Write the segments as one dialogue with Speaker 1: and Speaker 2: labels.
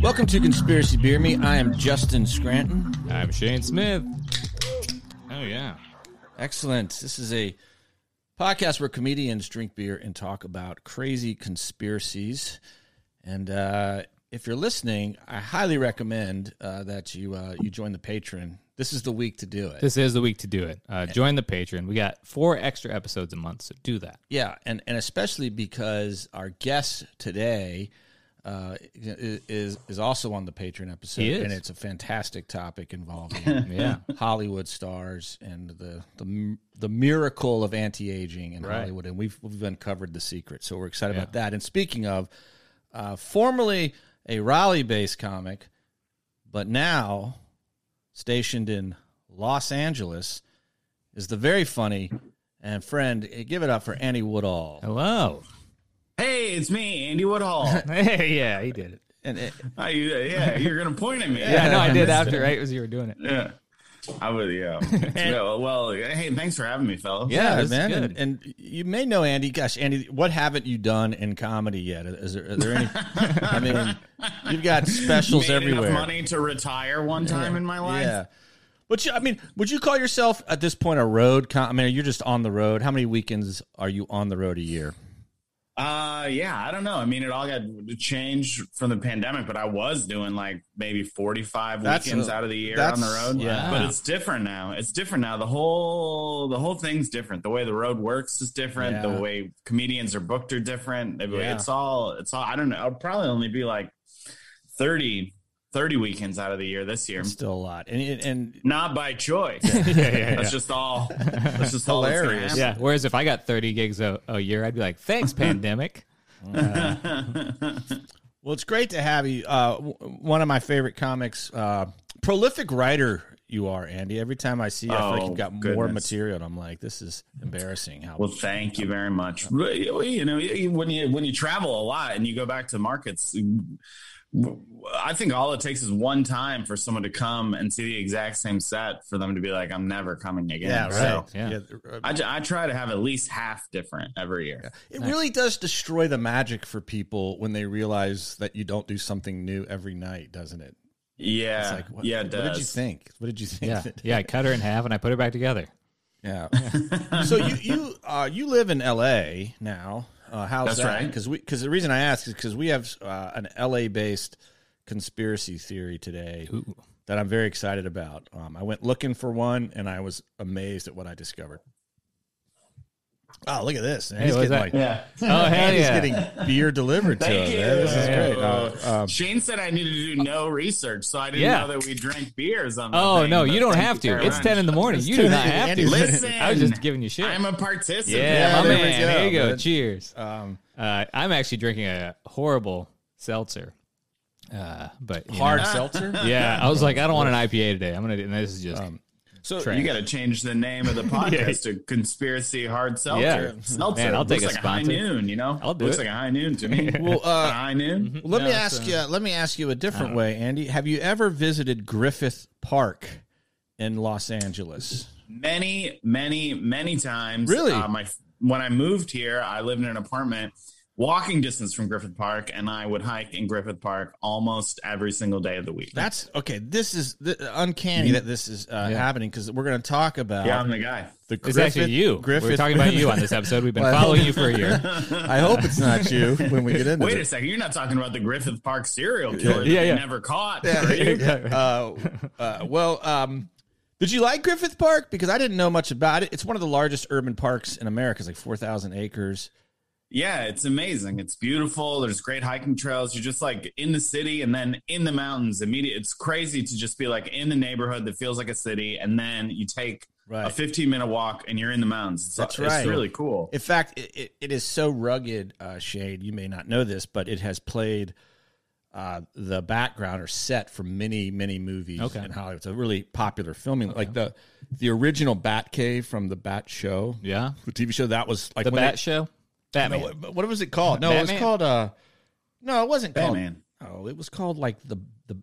Speaker 1: Welcome to Conspiracy Beer Me. I am Justin Scranton.
Speaker 2: I'm Shane Smith. Oh yeah.
Speaker 1: Excellent. This is a podcast where comedians drink beer and talk about crazy conspiracies. And uh, if you're listening, I highly recommend uh, that you uh, you join the patron. This is the week to do it.
Speaker 2: This is the week to do it. Uh, join the Patreon. We got four extra episodes a month, so do that.
Speaker 1: Yeah, and and especially because our guest today uh, i- is is also on the Patreon episode,
Speaker 2: He is.
Speaker 1: and it's a fantastic topic involving
Speaker 2: Yeah.
Speaker 1: Hollywood stars and the the m- the miracle of anti aging in
Speaker 2: Right.
Speaker 1: Hollywood, and we've we've uncovered the secret. So we're excited about that. And speaking of, uh, formerly a Raleigh based comic, but now stationed in Los Angeles, is the very funny and friend. eh, Give it up for Andy Woodall.
Speaker 2: Oh. Hello.
Speaker 3: Hey, it's me, Andy Woodhall.
Speaker 2: Hey, yeah, he did it.
Speaker 1: And eh,
Speaker 3: I, yeah, you're gonna point at me.
Speaker 2: Yeah, no, I did after right as you were doing it.
Speaker 3: yeah. I would, yeah. yeah. Well, hey, thanks for having me, fellas.
Speaker 2: Yeah,
Speaker 1: yeah,
Speaker 2: this is
Speaker 1: man,
Speaker 2: good.
Speaker 1: and, and you may know Andy. Gosh, Andy, what haven't you done in comedy yet? Is there, are there any? I mean, you've got specials
Speaker 3: Made
Speaker 1: everywhere.
Speaker 3: enough money to retire one time in my life.
Speaker 1: Yeah. But you, I mean, would you call yourself at this point a road? Com- I mean, you're just on the road. How many weekends are you on the road a year?
Speaker 3: Uh, yeah. I don't know. I mean, it all got changed from the pandemic, but I was doing like maybe 45
Speaker 1: That's
Speaker 3: weekends
Speaker 1: a-
Speaker 3: out of the year
Speaker 1: that's-
Speaker 3: on the road.
Speaker 1: yeah.
Speaker 3: But it's different now. It's different now. The whole the whole thing's different. The way the road works is different.
Speaker 1: Yeah.
Speaker 3: The way comedians are booked are different. The way-
Speaker 1: Yeah.
Speaker 3: It's all it's all. I don't know. I'll probably only be like 30, 30 weekends out of the year this year.
Speaker 1: It's still a lot, and and, and
Speaker 3: Not by choice.
Speaker 2: yeah,
Speaker 3: That's just all. That's just all that's gonna
Speaker 1: Hilarious.
Speaker 2: Yeah. Whereas if I got 30 gigs a, a year, I'd be like, thanks, pandemic.
Speaker 1: well, it's great to have you. Uh, w- one of my favorite comics, uh, prolific writer you are, Andy. Every time I see, you, I feel like
Speaker 3: Oh,
Speaker 1: you've got more
Speaker 3: goodness.
Speaker 1: material, and I'm like, this is embarrassing. How
Speaker 3: Well, thank you very much. You know, when you when you travel a lot and you go back to markets, I think all it takes is one time for someone to come and see the exact same set for them to be like, "I'm never coming again."
Speaker 1: yeah, right.
Speaker 3: So
Speaker 2: yeah.
Speaker 1: uh,
Speaker 3: I, ju- I try to have at least half different every year.
Speaker 1: It really does destroy the magic for people when they realize that you don't do something new every night, doesn't it?
Speaker 3: Yeah,
Speaker 1: It's like, what,
Speaker 3: yeah, it
Speaker 1: what did you
Speaker 3: does.
Speaker 1: think? What did you think?
Speaker 2: Yeah. Yeah. I cut her in half and I put her back together.
Speaker 1: Yeah. so you you uh, you live in L.A. now. Uh, how's
Speaker 3: That's
Speaker 1: that?
Speaker 3: right.
Speaker 1: Because we because the reason I ask is because we have uh, an L.A. based conspiracy theory today
Speaker 2: Oh,
Speaker 1: that I'm very excited about. Um, I went looking for one and I was amazed at what I discovered. Oh, look at this!
Speaker 2: Hey, what's that?
Speaker 3: Yeah.
Speaker 2: Oh, hell
Speaker 1: Andy's
Speaker 2: yeah.
Speaker 1: getting beer delivered to him.
Speaker 3: Thank you.
Speaker 1: man. This is
Speaker 2: Yeah.
Speaker 1: great. Uh, um,
Speaker 3: Shane said I needed to do no research, so I didn't
Speaker 2: Yeah.
Speaker 3: know that we drank beers on. the
Speaker 2: Oh,
Speaker 3: thing,
Speaker 2: no,
Speaker 3: but
Speaker 2: you don't
Speaker 3: thank
Speaker 2: have
Speaker 3: very
Speaker 2: to. It's
Speaker 3: much.
Speaker 2: 10 in the morning. You do
Speaker 1: 10 in
Speaker 2: not
Speaker 1: the-
Speaker 2: have to.
Speaker 1: Andy's-
Speaker 3: Listen,
Speaker 2: I was just giving you shit.
Speaker 3: I'm a participant.
Speaker 2: Yeah, my
Speaker 1: there we
Speaker 2: man.
Speaker 1: go,
Speaker 2: There you go.
Speaker 1: man.
Speaker 2: Cheers.
Speaker 1: um,
Speaker 2: Uh, I'm actually drinking a horrible seltzer. Uh, but you
Speaker 1: hard
Speaker 2: know.
Speaker 1: seltzer.
Speaker 2: yeah, I was like, I don't want an IPA today. I'm gonna. do And this is just.
Speaker 1: So
Speaker 2: Trash.
Speaker 3: You got to change the name of the podcast to "Conspiracy Hard Seltzer."
Speaker 2: Yeah.
Speaker 3: Seltzer.
Speaker 2: Man, I'll take
Speaker 3: Looks
Speaker 2: a
Speaker 3: like high
Speaker 2: sponsor.
Speaker 3: noon. You know,
Speaker 2: I'll do
Speaker 3: looks
Speaker 2: it. Mm-hmm.
Speaker 3: like a high noon to me.
Speaker 1: well, uh,
Speaker 3: A high noon.
Speaker 1: Well, let me
Speaker 2: No,
Speaker 1: ask
Speaker 2: so-
Speaker 1: you. uh, Let me ask you a different way, Andy. Have you ever visited Griffith Park in Los Angeles?
Speaker 3: Many, many, many times.
Speaker 1: Really?
Speaker 3: uh, my when I moved here, I lived in an apartment walking distance from Griffith Park, and I would hike in Griffith Park almost every single day of the week.
Speaker 1: That's okay. This is th- uncanny that this is uh, happening because we're going to talk about
Speaker 3: Mm-hmm. yeah, I'm the guy.
Speaker 1: the
Speaker 2: It's
Speaker 1: Griffith.
Speaker 2: actually you. We're
Speaker 1: Griffith-
Speaker 2: talking about you on this episode. We've been
Speaker 1: Well-
Speaker 2: following you for a year.
Speaker 1: I hope it's not you when we get into
Speaker 3: Wait a
Speaker 1: it.
Speaker 3: second, you're not talking about the Griffith Park serial killer that
Speaker 2: Yeah,
Speaker 3: they
Speaker 2: yeah.
Speaker 3: never caught. are you?
Speaker 2: Yeah.
Speaker 1: Uh, uh, well, um, did you like Griffith Park? Because I didn't know much about it. It's one of the largest urban parks in America. It's like four thousand acres.
Speaker 3: Yeah, it's amazing. It's beautiful. There's great hiking trails. You're just like in the city and then in the mountains. Immediate. It's crazy to just be like in the neighborhood that feels like a city, and then you take
Speaker 1: Right.
Speaker 3: a 15 minute walk and you're in the mountains. It's,
Speaker 1: That's
Speaker 3: it's
Speaker 1: right.
Speaker 3: really cool.
Speaker 1: In fact, it, it, it is so rugged, uh, Shade. You may not know this, but it has played uh, the background or set for many, many movies
Speaker 2: Okay.
Speaker 1: in Hollywood. It's a really popular filming, like the the original Batcave from the Bat Show,
Speaker 2: yeah.
Speaker 1: the TV show. That was like
Speaker 2: The
Speaker 1: when
Speaker 2: Bat Show.
Speaker 1: they-
Speaker 2: Batman.
Speaker 1: no, what, what was it called? No, it was
Speaker 2: Batman?
Speaker 1: called. Uh, no, it wasn't called.
Speaker 3: Batman.
Speaker 1: Oh, it was called like the the.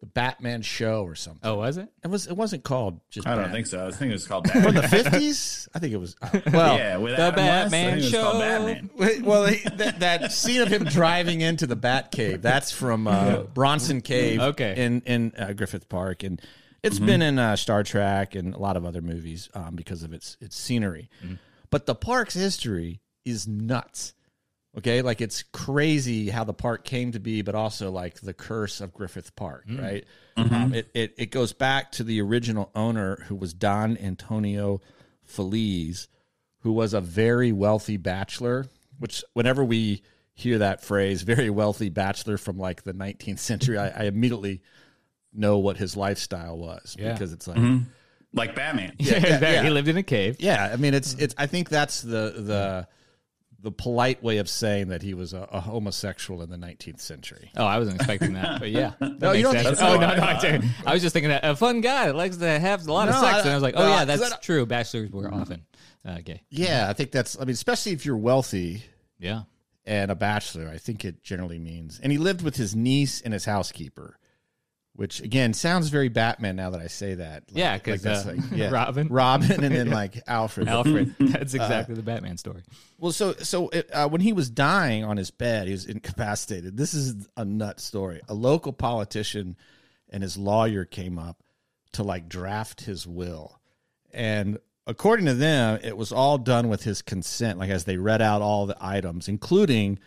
Speaker 1: the Batman show or something.
Speaker 2: Oh, was it?
Speaker 1: It was it wasn't called just
Speaker 3: I don't
Speaker 1: Bat-
Speaker 3: think so. I think it was called
Speaker 1: from
Speaker 3: Batman.
Speaker 1: the 50s. I think it was well
Speaker 3: yeah, with
Speaker 2: The
Speaker 3: Adam West, I
Speaker 2: Batman
Speaker 3: think it was called
Speaker 2: Show.
Speaker 3: Batman.
Speaker 1: Wait, well, he, that, that scene of him driving into the Bat Cave, that's from uh, Bronson Cave
Speaker 2: Okay.
Speaker 1: in, in uh, Griffith Park. And it's been in uh, Star Trek and a lot of other movies um, because of its, its scenery. But the park's history is nuts. Okay, like it's crazy how the park came to be, but also like the curse of Griffith Park, right? Um, it, it it goes back to the original owner, who was Don Antonio Feliz, who was a very wealthy bachelor. Which, whenever we hear that phrase, "very wealthy bachelor" from like the 19th century, I, I immediately know what his lifestyle was
Speaker 2: Yeah.
Speaker 1: because it's like
Speaker 3: Like Batman.
Speaker 2: Yeah,
Speaker 1: yeah.
Speaker 2: He lived in a cave.
Speaker 1: yeah, I mean, it's it's. I think that's the the the polite way of saying that he was a, a homosexual in the 19th century.
Speaker 2: Oh, I wasn't expecting that, but yeah. That
Speaker 1: No, you
Speaker 2: makes
Speaker 1: don't think
Speaker 2: sense.
Speaker 3: so.
Speaker 2: Oh, no, no, I, didn't. I was just thinking that a fun guy that likes to have a lot of
Speaker 1: No,
Speaker 2: sex,
Speaker 1: I-
Speaker 2: and I was like, oh
Speaker 1: no,
Speaker 2: yeah,
Speaker 1: 'cause I
Speaker 2: that's
Speaker 1: don't-
Speaker 2: true. Bachelors were often uh, gay.
Speaker 1: Yeah, I think that's. I mean, especially if you're wealthy
Speaker 2: Yeah.
Speaker 1: and a bachelor, I think it generally means. And he lived with his niece and his housekeeper, which again sounds very Batman now that I say that. Like-
Speaker 2: Yeah, 'cause,
Speaker 1: that's
Speaker 2: uh, Robin.
Speaker 1: Robin, and then like Alfred.
Speaker 2: Alfred.
Speaker 1: Uh,
Speaker 2: That's exactly the Batman story.
Speaker 1: Well, so so it, uh, when he was dying on his bed, he was incapacitated. This is a nut story. A local politician and his lawyer came up to like draft his will, and according to them, it was all done with his consent. Like as they read out all the items, including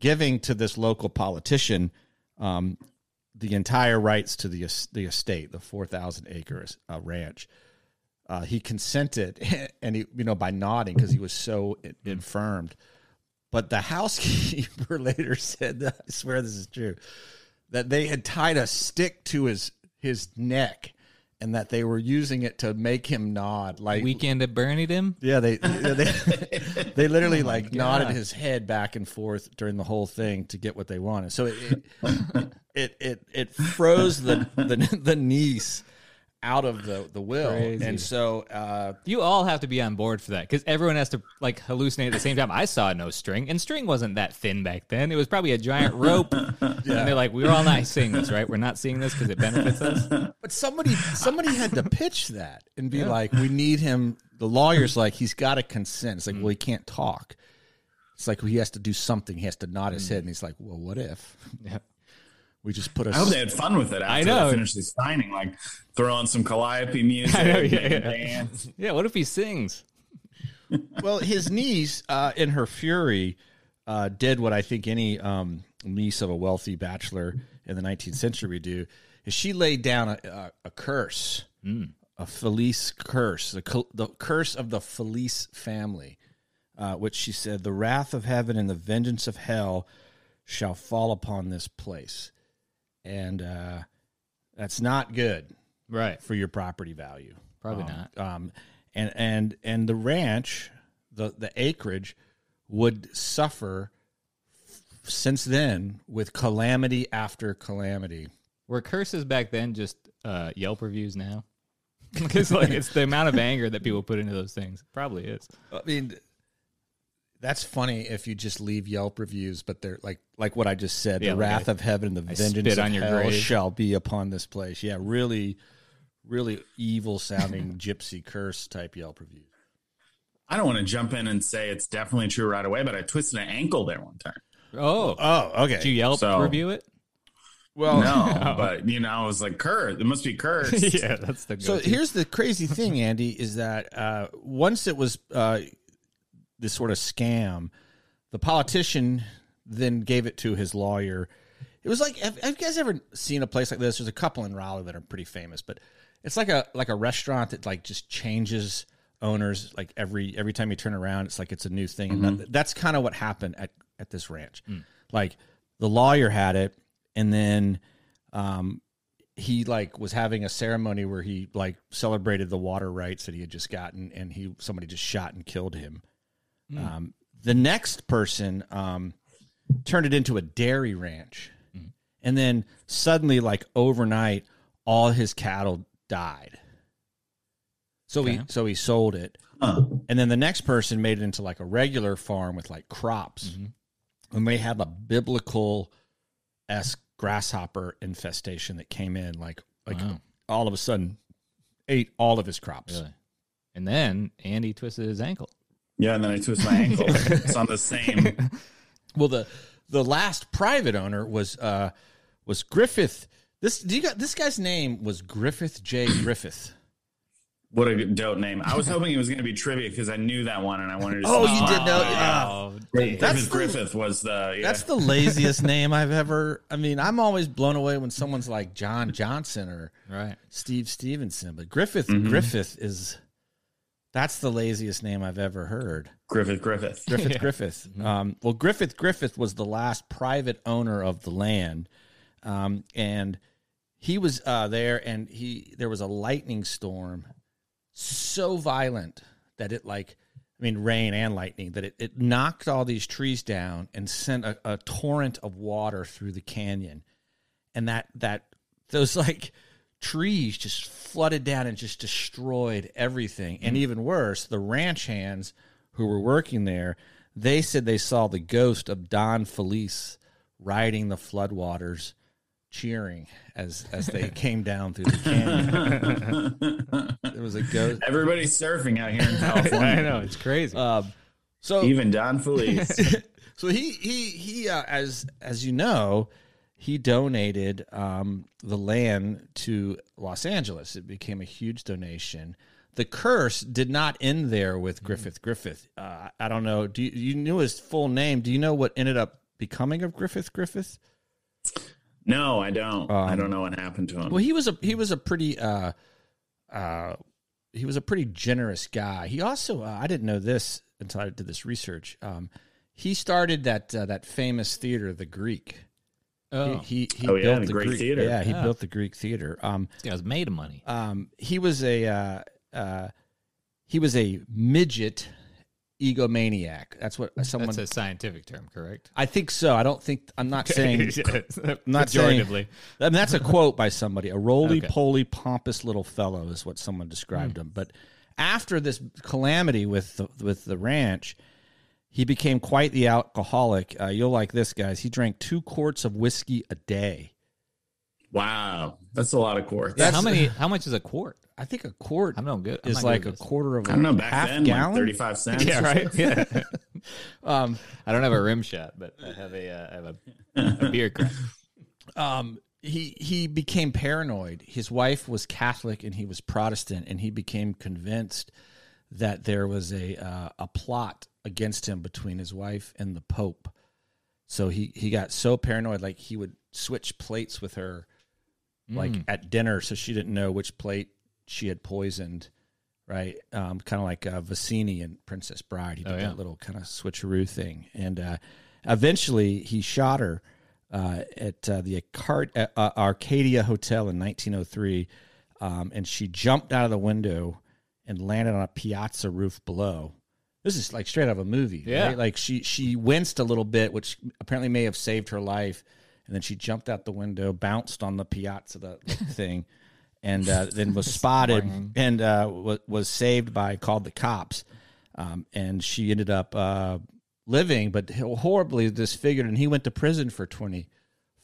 Speaker 1: giving to this local politician um, the entire rights to the es- the estate, the four thousand acres uh, ranch uh, he consented and he you know by nodding because he was so in- infirmed but the housekeeper later said that i swear this is true that they had tied a stick to his his neck and that they were using it to make him nod like
Speaker 2: Weekend at Bernie'd him.
Speaker 1: yeah they yeah, they, they literally like nodded
Speaker 2: God.
Speaker 1: his head back and forth during the whole thing to get what they wanted so it it it it, it froze the, the the niece out of the the will
Speaker 2: Crazy.
Speaker 1: and so uh
Speaker 2: You all have to be on board for that because everyone has to like hallucinate at the same time. I saw no string, and string wasn't that thin back then. It was probably a giant rope. And they're like, we're all not seeing this, right? We're not seeing this because it benefits us.
Speaker 1: But somebody somebody had to pitch that and be like, we need him. The lawyer's like, he's got to consent. It's like, well, he can't talk. It's like well, he has to do something. He has to nod his head, and he's like, well, what if
Speaker 2: Yeah.
Speaker 1: we just put a
Speaker 3: I hope they had fun with it after
Speaker 2: I know.
Speaker 3: they finished the signing, like throwing some calliope music.
Speaker 2: I know, yeah,
Speaker 3: and
Speaker 2: yeah.
Speaker 3: dance.
Speaker 2: Yeah. What if he sings?
Speaker 1: well, his niece, uh, in her fury, uh, did what I think any um, niece of a wealthy bachelor in the 19th century would do: is she laid down a, a, a curse, a Felice curse, the, cul- the curse of the Felice family, uh, which she said, "The wrath of heaven and the vengeance of hell shall fall upon this place," and uh, that's not good
Speaker 2: Right.
Speaker 1: for your property value.
Speaker 2: Probably
Speaker 1: Um,
Speaker 2: not.
Speaker 1: Um, and and and the ranch, the the acreage, would suffer f- since then with calamity after calamity.
Speaker 2: Were curses back then just uh, Yelp reviews now? Because like it's the amount of anger that people put into those things. Probably is.
Speaker 1: I mean, that's funny if you just leave Yelp reviews, but they're like like what I just said:
Speaker 2: Yeah,
Speaker 1: the
Speaker 2: like
Speaker 1: wrath of heaven and the
Speaker 2: spit
Speaker 1: vengeance of
Speaker 2: on your
Speaker 1: hell
Speaker 2: grave.
Speaker 1: shall be upon this place. Yeah, really, really evil sounding gypsy curse type Yelp review.
Speaker 3: I don't want to jump in and say it's definitely true right away, but I twisted an ankle there one time.
Speaker 2: Oh,
Speaker 1: Oh, okay.
Speaker 2: did you Yelp
Speaker 3: So-
Speaker 2: review it? Oh.
Speaker 1: well,
Speaker 3: No, but you know, I was like, cursed. It must be cursed.
Speaker 2: yeah, that's the.
Speaker 1: So
Speaker 2: go-to.
Speaker 1: here's the crazy thing, Andy, is that uh, once it was uh, this sort of scam, the politician then gave it to his lawyer. It was like, have, have you guys ever seen a place like this? There's a couple in Raleigh that are pretty famous, but it's like a like a restaurant that like just changes owners like every every time you turn around. It's like it's a new thing, and that, that's kind of what happened at at this ranch. Like the lawyer had it, and then. Um, he like was having a ceremony where he like celebrated the water rights that he had just gotten and he somebody just shot and killed him um, the next person um, turned it into a dairy ranch and then suddenly like overnight all his cattle died so he
Speaker 2: Okay.
Speaker 1: so he sold it
Speaker 3: Huh.
Speaker 1: and then the next person made it into like a
Speaker 2: Mm-hmm.
Speaker 1: regular farm with like crops. And they have a biblical esque grasshopper infestation that came in like like all of a sudden ate all of his crops.
Speaker 2: Really? And then Andy twisted his ankle.
Speaker 3: Yeah, and then I twist my ankle. it's on the same.
Speaker 1: Well, the the last private owner was uh was Griffith. This do you got this guy's name was Griffith J. Griffith.
Speaker 3: What a dope name! I was hoping it was going to be trivia because I knew that one and I wanted to.
Speaker 1: Oh,
Speaker 3: see
Speaker 1: you
Speaker 3: it.
Speaker 1: did know- yeah.
Speaker 2: Oh,
Speaker 3: Griffith,
Speaker 1: That's the-
Speaker 3: Griffith was the. Yeah.
Speaker 1: That's the laziest name I've ever. I mean, I'm always blown away when someone's like John Johnson or
Speaker 2: right.
Speaker 1: Steve Stevenson, but Griffith Griffith is that's the laziest name I've ever heard.
Speaker 3: Griffith Griffith.
Speaker 1: Griffith Griffith. Um, well, Griffith Griffith was the last private owner of the land, um, and he was uh, there. And he there was a lightning storm so violent that it like I mean rain and lightning that it, it knocked all these trees down and sent a, a torrent of water through the canyon, and that that those like trees just flooded down and just destroyed everything. And even worse, the ranch hands who were working there, they said they saw the ghost of Don Felice riding the floodwaters, cheering as as they came down through the canyon. there was a ghost.
Speaker 3: Everybody's surfing out here in California.
Speaker 2: I know it's crazy.
Speaker 1: Um, so
Speaker 3: Even Don Felice.
Speaker 1: So he he he uh, as as you know, he donated um, the land to Los Angeles. It became a huge donation. The curse did not end there with Griffith Griffith. Uh, I don't know. Do you, you knew his full name? Do you know what ended up becoming of Griffith Griffith?
Speaker 3: No, I
Speaker 2: Um,
Speaker 3: don't. I don't know what happened to him.
Speaker 1: Well, he was a he was a pretty uh, uh, he was a pretty generous guy. He also uh, I didn't know this until I did this research. Um, he started that uh, that famous theater, the Greek.
Speaker 2: oh, this
Speaker 1: He, he, he
Speaker 3: Oh, yeah,
Speaker 1: built
Speaker 3: the
Speaker 1: the
Speaker 3: Greek
Speaker 1: Greek,
Speaker 3: theater.
Speaker 1: Yeah, he
Speaker 2: Yeah.
Speaker 1: built the Greek theater. Um,
Speaker 2: guy's made of money.
Speaker 1: um, he was a uh, uh, he was a midget egomaniac. That's what someone.
Speaker 2: That's a scientific term, correct?
Speaker 1: I think so. I don't think I'm not saying.
Speaker 2: Yes,
Speaker 1: I'm not saying.
Speaker 2: pejoratively.
Speaker 1: I mean, that's a quote by somebody. A roly
Speaker 2: Okay. Hmm.
Speaker 1: poly, pompous little fellow is what someone described him. But after this calamity with the, with the ranch, he became quite the alcoholic. Uh, you'll like this, guys. He drank two quarts of whiskey a day.
Speaker 3: wow, that's a lot of quarts.
Speaker 1: That's-
Speaker 2: how many? How much is a quart?
Speaker 1: I think a quart.
Speaker 2: I'm not good. I'm
Speaker 1: is
Speaker 2: not
Speaker 1: like a
Speaker 2: good at this.
Speaker 1: quarter of a
Speaker 3: I don't know. Back
Speaker 1: half
Speaker 3: then,
Speaker 1: gallon.
Speaker 3: like thirty-five cents.
Speaker 2: Yeah,
Speaker 3: or
Speaker 2: right. Yeah.
Speaker 1: um,
Speaker 2: I don't have a rim shot, but I have a, uh, I have a, a beer crack.
Speaker 1: um, he he became paranoid. His wife was Catholic and he was Protestant, and he became convinced that there was a uh, a plot against him between his wife and the Pope. So he he got so paranoid, like he would switch plates with her, like
Speaker 2: Mm.
Speaker 1: at dinner, so she didn't know which plate she had poisoned. Right, um, kind of like uh, Vicini and Princess Bride. He did
Speaker 2: Oh, yeah.
Speaker 1: that little kind of switcheroo thing, and uh, eventually he shot her uh, at uh, the Arcad- uh, uh, Arcadia Hotel in 1903, um, and she jumped out of the window and landed on a piazza roof below. This is like straight out of a movie.
Speaker 2: Yeah.
Speaker 1: right? like she she winced a little bit, which apparently may have saved her life. And then she jumped out the window, bounced on the piazza the, the thing, and uh, then was spotted and uh, was, was saved by called the cops. Um, and she ended up uh, living, but horribly disfigured. And he went to prison for twenty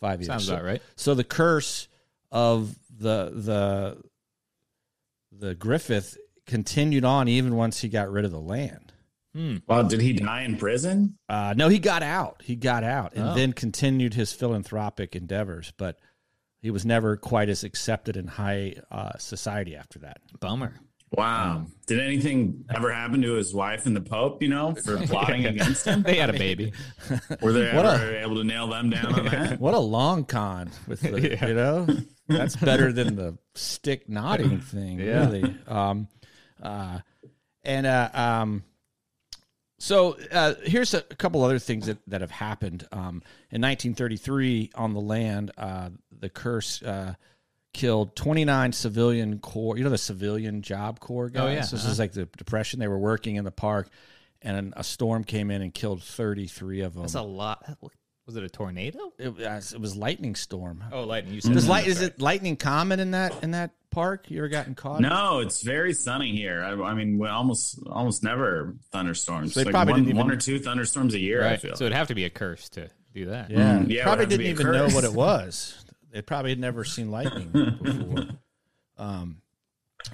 Speaker 1: five years.
Speaker 2: Sounds
Speaker 1: So-
Speaker 2: about right.
Speaker 1: so the curse of the the the Griffith continued on even once he got rid of the land.
Speaker 3: Wow, did he die in prison?
Speaker 1: Uh, no, he got out. He got out and
Speaker 2: Oh.
Speaker 1: then continued his philanthropic endeavors, but he was never quite as accepted in high uh, society after that.
Speaker 2: Bummer.
Speaker 3: Wow. Um, did anything ever happen to his wife and the Pope? You know, for plotting against him.
Speaker 2: They had a baby.
Speaker 3: Were they
Speaker 1: What a-
Speaker 3: ever able to nail them down on that?
Speaker 1: What a long con with the, you know, that's better than the stick nodding thing,
Speaker 2: Yeah.
Speaker 1: really. Um, uh, and uh, um, so uh, here's a, a couple other things that, that have happened. Um, in 1933, on the land, uh, the curse uh, killed 29 civilian corps. You know the civilian job corps guys.
Speaker 2: Oh, yeah.
Speaker 1: this is like the depression. They were working in the park, and a storm came in and killed 33 of them.
Speaker 2: That's a lot. Was it a tornado?
Speaker 1: it, was- it was lightning storm.
Speaker 2: Oh, lightning. You said
Speaker 3: Mm-hmm.
Speaker 1: Does
Speaker 2: that.
Speaker 1: light is it lightning common in that in that park? You ever gotten caught?
Speaker 3: No, it's very sunny here. I, I mean, we almost almost never thunderstorms.
Speaker 1: So they
Speaker 3: like
Speaker 1: probably
Speaker 3: one,
Speaker 1: didn't even-
Speaker 3: one or two thunderstorms a year. I
Speaker 2: Right.
Speaker 3: feel.
Speaker 2: So it'd have to be a curse to do that.
Speaker 1: Yeah,
Speaker 3: Mm, yeah, it would
Speaker 1: probably
Speaker 3: have to
Speaker 1: didn't
Speaker 3: be a
Speaker 1: even know
Speaker 3: curse.
Speaker 1: what it was. They probably had never seen lightning before. Um,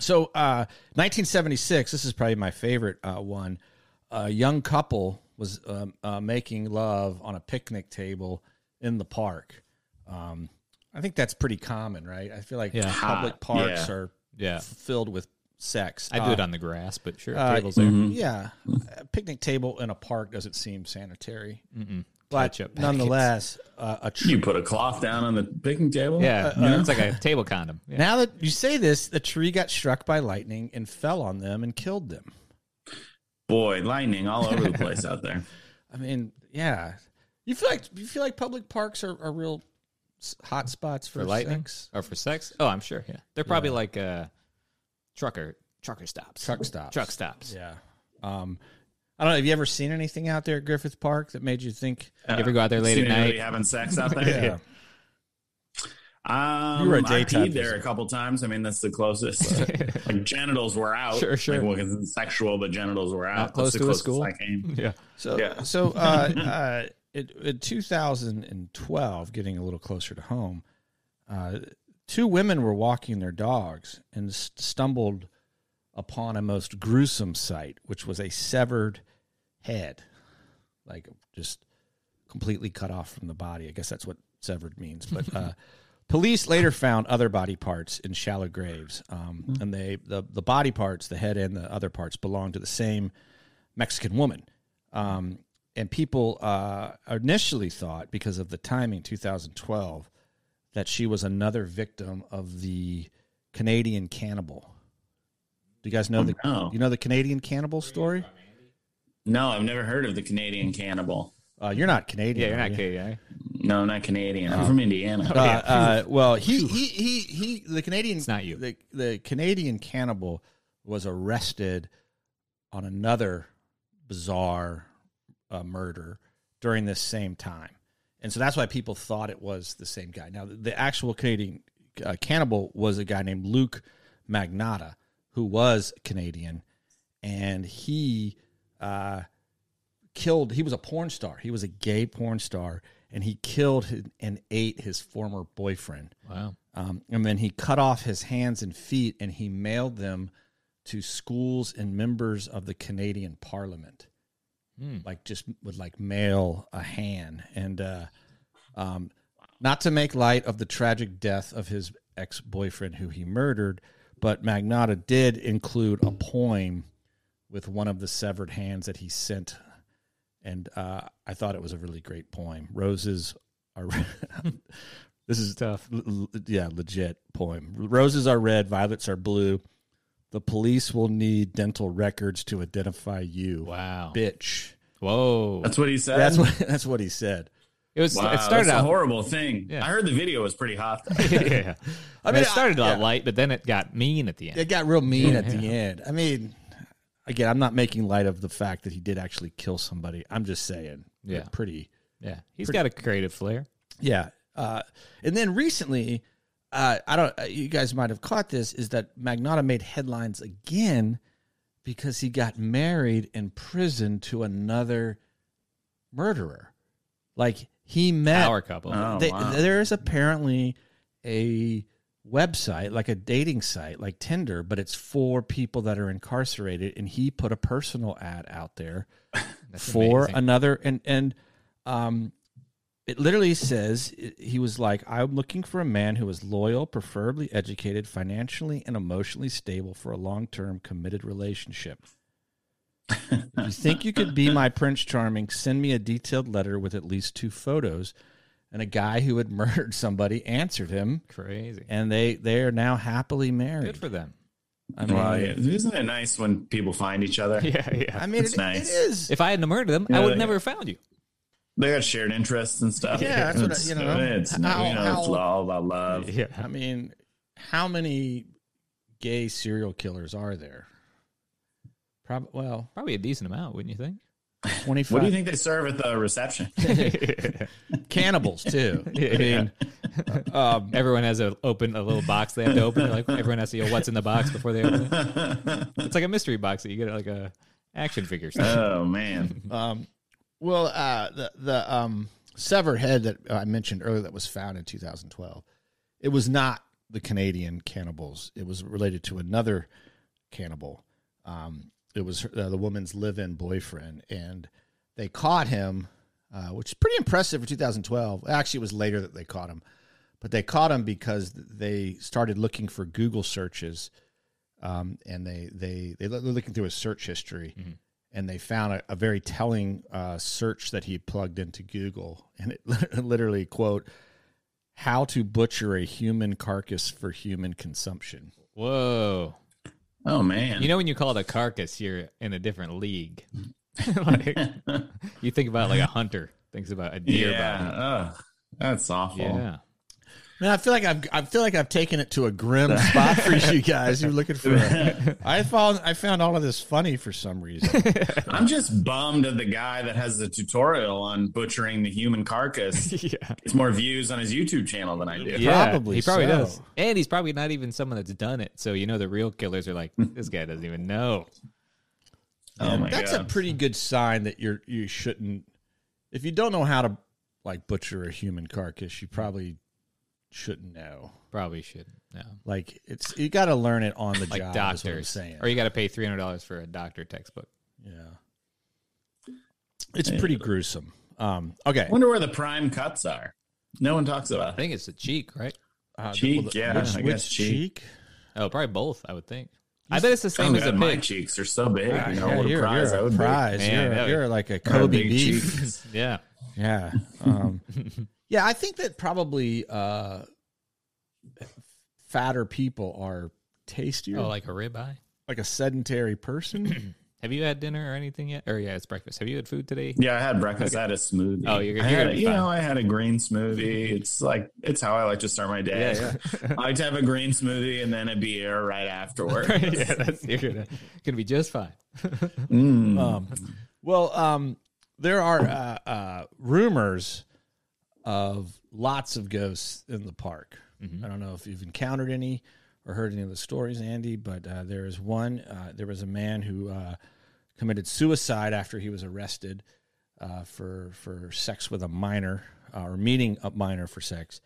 Speaker 1: so, uh, 1976. This is probably my favorite uh, one. A young couple was um, uh, making love on a picnic table in the park. Um, I think that's pretty common, right? I feel like
Speaker 2: Yeah.
Speaker 1: public
Speaker 3: Hot,
Speaker 1: parks
Speaker 3: yeah.
Speaker 1: are
Speaker 2: Yeah.
Speaker 1: filled with sex.
Speaker 2: I
Speaker 1: Uh,
Speaker 2: do it on the grass, but sure,
Speaker 1: uh,
Speaker 2: tables there.
Speaker 1: Yeah, a picnic table in a park doesn't seem sanitary,
Speaker 2: Mm-mm.
Speaker 1: but
Speaker 2: Ketchup packets.
Speaker 1: nonetheless, uh, a tree.
Speaker 3: You put a cloth down on the picnic table.
Speaker 2: Yeah, it's like a table condom. Yeah.
Speaker 1: Now that you say this, the tree got struck by lightning and fell on them and killed them.
Speaker 3: Boy, lightning all over the place out there.
Speaker 1: I mean, yeah, you feel like you feel like public parks are, are real s- hot spots for,
Speaker 2: for lightning
Speaker 1: sex?
Speaker 2: or for sex? Oh, I'm sure. Yeah, they're probably like uh, trucker trucker stops,
Speaker 1: truck stops.
Speaker 2: truck stops.
Speaker 1: Yeah. Um, I don't know. Have you ever seen anything out there at Griffith Park that made you think? uh,
Speaker 2: You ever go out there late
Speaker 3: Seen
Speaker 2: at
Speaker 3: anybody
Speaker 2: night?
Speaker 3: having sex out there. Um,
Speaker 1: You were a
Speaker 3: I
Speaker 1: daytime
Speaker 3: peed there
Speaker 1: visitor.
Speaker 3: a couple times. I mean, that's the closest. like genitals were out.
Speaker 2: Sure, sure.
Speaker 3: Like, well, it wasn't sexual, but genitals were out. That's
Speaker 2: close
Speaker 3: the
Speaker 2: to a
Speaker 3: closest
Speaker 2: school?
Speaker 3: I came.
Speaker 2: yeah.
Speaker 1: So
Speaker 3: Yeah.
Speaker 1: so uh, uh, it, in 2012, getting a little closer to home, uh, two women were walking their dogs and s- stumbled upon a most gruesome sight, which was a severed head, like just completely cut off from the body. I guess that's what severed means, but. Uh, Police later found other body parts in shallow graves, um,
Speaker 2: Mm-hmm.
Speaker 1: and they the, the body parts, the head and the other parts, belonged to the same Mexican woman. Um, and people uh, initially thought, because of the timing, 2012, that she was another victim of the Canadian cannibal. Do you guys
Speaker 2: Oh,
Speaker 1: know the
Speaker 3: no.
Speaker 1: you know the Canadian cannibal story?
Speaker 3: No, I've never heard of the Canadian cannibal.
Speaker 1: Uh, you're not Canadian.
Speaker 2: Yeah, you're
Speaker 1: are
Speaker 2: not
Speaker 1: you?
Speaker 2: kidding. eh? Yeah.
Speaker 3: No, I'm not Canadian. I'm from Indiana.
Speaker 1: Uh, uh, well, he, he he he the Canadian
Speaker 2: It's not you.
Speaker 1: The, the Canadian cannibal was arrested on another bizarre uh, murder during this same time, and so that's why people thought it was the same guy. Now, the actual Canadian uh, cannibal was a guy named Luke Magnotta, who was Canadian, and he. Uh, killed he was a porn star he was a gay porn star and he killed his- and ate his former boyfriend
Speaker 2: Wow.
Speaker 1: um, and then he cut off his hands and feet and he mailed them to schools and members of the canadian parliament
Speaker 2: Hmm.
Speaker 1: like just would like mail a hand and uh, um, not to make light of the tragic death of his ex-boyfriend who he murdered but magnotta did include a poem with one of the severed hands that he sent and uh, i thought it was a really great poem roses are this is
Speaker 2: Tough.
Speaker 1: l- l- yeah legit poem roses are red violets are blue the police will need dental records to identify you
Speaker 2: Wow.
Speaker 1: bitch
Speaker 2: Whoa.
Speaker 3: That's what he said.
Speaker 1: that's what that's what he said.
Speaker 2: it was.
Speaker 3: Wow,
Speaker 2: it started
Speaker 3: that's a
Speaker 2: out.
Speaker 3: horrible thing.
Speaker 2: Yeah.
Speaker 3: I heard the video was pretty hot. though.
Speaker 2: yeah. yeah. I mean,
Speaker 1: mean,
Speaker 2: it started
Speaker 1: I-
Speaker 2: out
Speaker 1: yeah.
Speaker 2: light, but then it got mean at the end.
Speaker 1: It got real mean at the end. I mean, again, I'm not making light of the fact that he did actually kill somebody. I'm just saying, they're
Speaker 2: Yeah.
Speaker 1: pretty.
Speaker 2: yeah. He's got a creative flair.
Speaker 1: Yeah. Uh, and then recently, uh, I don't. uh, You guys might have caught this. Is that Magnotta made headlines again because he got married in prison to another murderer? Like he met
Speaker 2: Power couple.
Speaker 3: Oh,
Speaker 1: they,
Speaker 3: wow.
Speaker 1: there is apparently a website like a dating site like tinder but it's for people that are incarcerated and he put a personal ad out there
Speaker 2: That's
Speaker 1: for
Speaker 2: amazing.
Speaker 1: another and and um it literally says i- he was like i'm looking for a man who is loyal preferably educated financially and emotionally stable for a long-term committed relationship if you think you could be my prince charming send me a detailed letter with at least two photos and a guy who had murdered somebody answered him
Speaker 2: crazy.
Speaker 1: and they they are now happily married
Speaker 2: Good for them.
Speaker 1: i mean,
Speaker 3: Well, yeah. Isn't it nice when people find each other?
Speaker 2: Yeah. Yeah.
Speaker 1: I mean
Speaker 3: It's
Speaker 1: it,
Speaker 3: nice.
Speaker 1: it is
Speaker 2: If I hadn't murdered them, I
Speaker 3: Yeah,
Speaker 2: would
Speaker 3: yeah.
Speaker 2: never have found you.
Speaker 3: They got shared interests and stuff.
Speaker 1: Yeah, that's what I-
Speaker 3: It's-
Speaker 1: you know.
Speaker 3: It's,
Speaker 1: How-
Speaker 3: you know, it's
Speaker 1: how-
Speaker 3: all about love.
Speaker 2: Yeah.
Speaker 1: I mean, how many gay serial killers are there? Probably well,
Speaker 2: Probably a decent amount, wouldn't you
Speaker 1: twenty
Speaker 3: What do you
Speaker 1: five
Speaker 3: think they serve at the reception?
Speaker 2: think?
Speaker 1: cannibals too.
Speaker 2: Yeah.
Speaker 1: I mean, um,
Speaker 2: Everyone has a open a little box they have to open. Like everyone has to yell what's in the box before they open it. It's like a mystery box that you get at, like
Speaker 3: Uh,
Speaker 2: a action figure. stuff.
Speaker 3: oh man,
Speaker 1: um, well, uh, the the um, severed head that I mentioned earlier that was found in 2012, it was not the Canadian cannibals. It was related to another cannibal. Um, it was uh, the woman's live-in boyfriend, and they caught him, uh, which is pretty impressive for 2012. Actually, it was later that they caught him, but they caught him because they started looking for Google searches, um, and they they they they're looking through his search history, and they found a, a very telling uh, search that he plugged into Google, and it literally quote. How to butcher a human carcass for human consumption.
Speaker 2: Whoa.
Speaker 3: Oh man,
Speaker 2: You know when you call it a carcass, you're in a different league. like, you think about like a hunter thinks about a deer
Speaker 3: yeah,
Speaker 2: body.
Speaker 3: ugh, that's awful.
Speaker 2: Yeah.
Speaker 1: Man, I feel like I've I feel like I've taken it to a grim spot for you guys. You're looking for. a- I found I found all of this funny for some reason.
Speaker 3: I'm just bummed at the guy that has the tutorial on butchering the human carcass.
Speaker 2: yeah.
Speaker 3: It's more views on his YouTube channel than I do.
Speaker 1: Probably
Speaker 2: he probably
Speaker 1: so.
Speaker 2: does, and he's probably not even someone that's done it. So you know the real killers are like, this guy doesn't even know.
Speaker 3: Oh my
Speaker 1: That's a
Speaker 3: god.
Speaker 1: pretty good sign that you're you shouldn't. If you don't know how to like butcher a human carcass, you probably shouldn't know.
Speaker 2: Probably shouldn't. No,
Speaker 1: Like it's you got to learn it on the
Speaker 2: like
Speaker 1: job.
Speaker 2: doctors,
Speaker 1: is what I'm saying.
Speaker 2: or you got to pay three hundred dollars for a doctor textbook.
Speaker 1: yeah, it's pretty gruesome. Um, okay,
Speaker 3: I wonder where the prime cuts are. No one talks
Speaker 2: I
Speaker 3: about it.
Speaker 2: think it's the cheek, right?
Speaker 1: Uh,
Speaker 3: cheek,
Speaker 1: the-
Speaker 3: yeah, I guess cheek.
Speaker 2: Oh, probably both. I would think. I bet it's the
Speaker 3: Oh,
Speaker 2: same as
Speaker 3: God,
Speaker 2: a
Speaker 3: my
Speaker 2: pig.
Speaker 3: cheeks are so big.
Speaker 1: Ah, Yeah,
Speaker 3: you know what a
Speaker 1: you're,
Speaker 3: prize
Speaker 1: you're
Speaker 3: I
Speaker 1: a
Speaker 3: would be.
Speaker 1: prize.
Speaker 2: Man,
Speaker 1: you're,
Speaker 2: that
Speaker 1: you're like a
Speaker 3: I have
Speaker 1: Kobe
Speaker 3: big
Speaker 1: beef.
Speaker 3: cheeks.
Speaker 2: Yeah,
Speaker 1: Yeah. Um, yeah, I think that probably uh, fatter people are tastier.
Speaker 2: oh,
Speaker 1: like,
Speaker 2: like a ribeye.
Speaker 1: a sedentary person.
Speaker 2: Have you had dinner or anything yet? Or yeah, it's breakfast. Have you had food today?
Speaker 3: Yeah, I had breakfast. I had a smoothie.
Speaker 2: Oh, you're-
Speaker 3: I
Speaker 2: you're
Speaker 3: had-
Speaker 2: gonna be
Speaker 3: you
Speaker 2: fine.
Speaker 3: know, I had a green smoothie. It's like it's how I like to start my day. I like to have a green smoothie and then a beer right afterward.
Speaker 2: yeah, that's you're gonna, gonna be just fine.
Speaker 3: Mm.
Speaker 1: um, well, um, there are uh, uh, rumors of lots of ghosts in the park. I don't know if you've encountered any or heard any of the stories, Andy, but uh, there is one. Uh, there was a man who uh, committed suicide after he was arrested uh, for for sex with a minor uh, or meeting a minor for sex,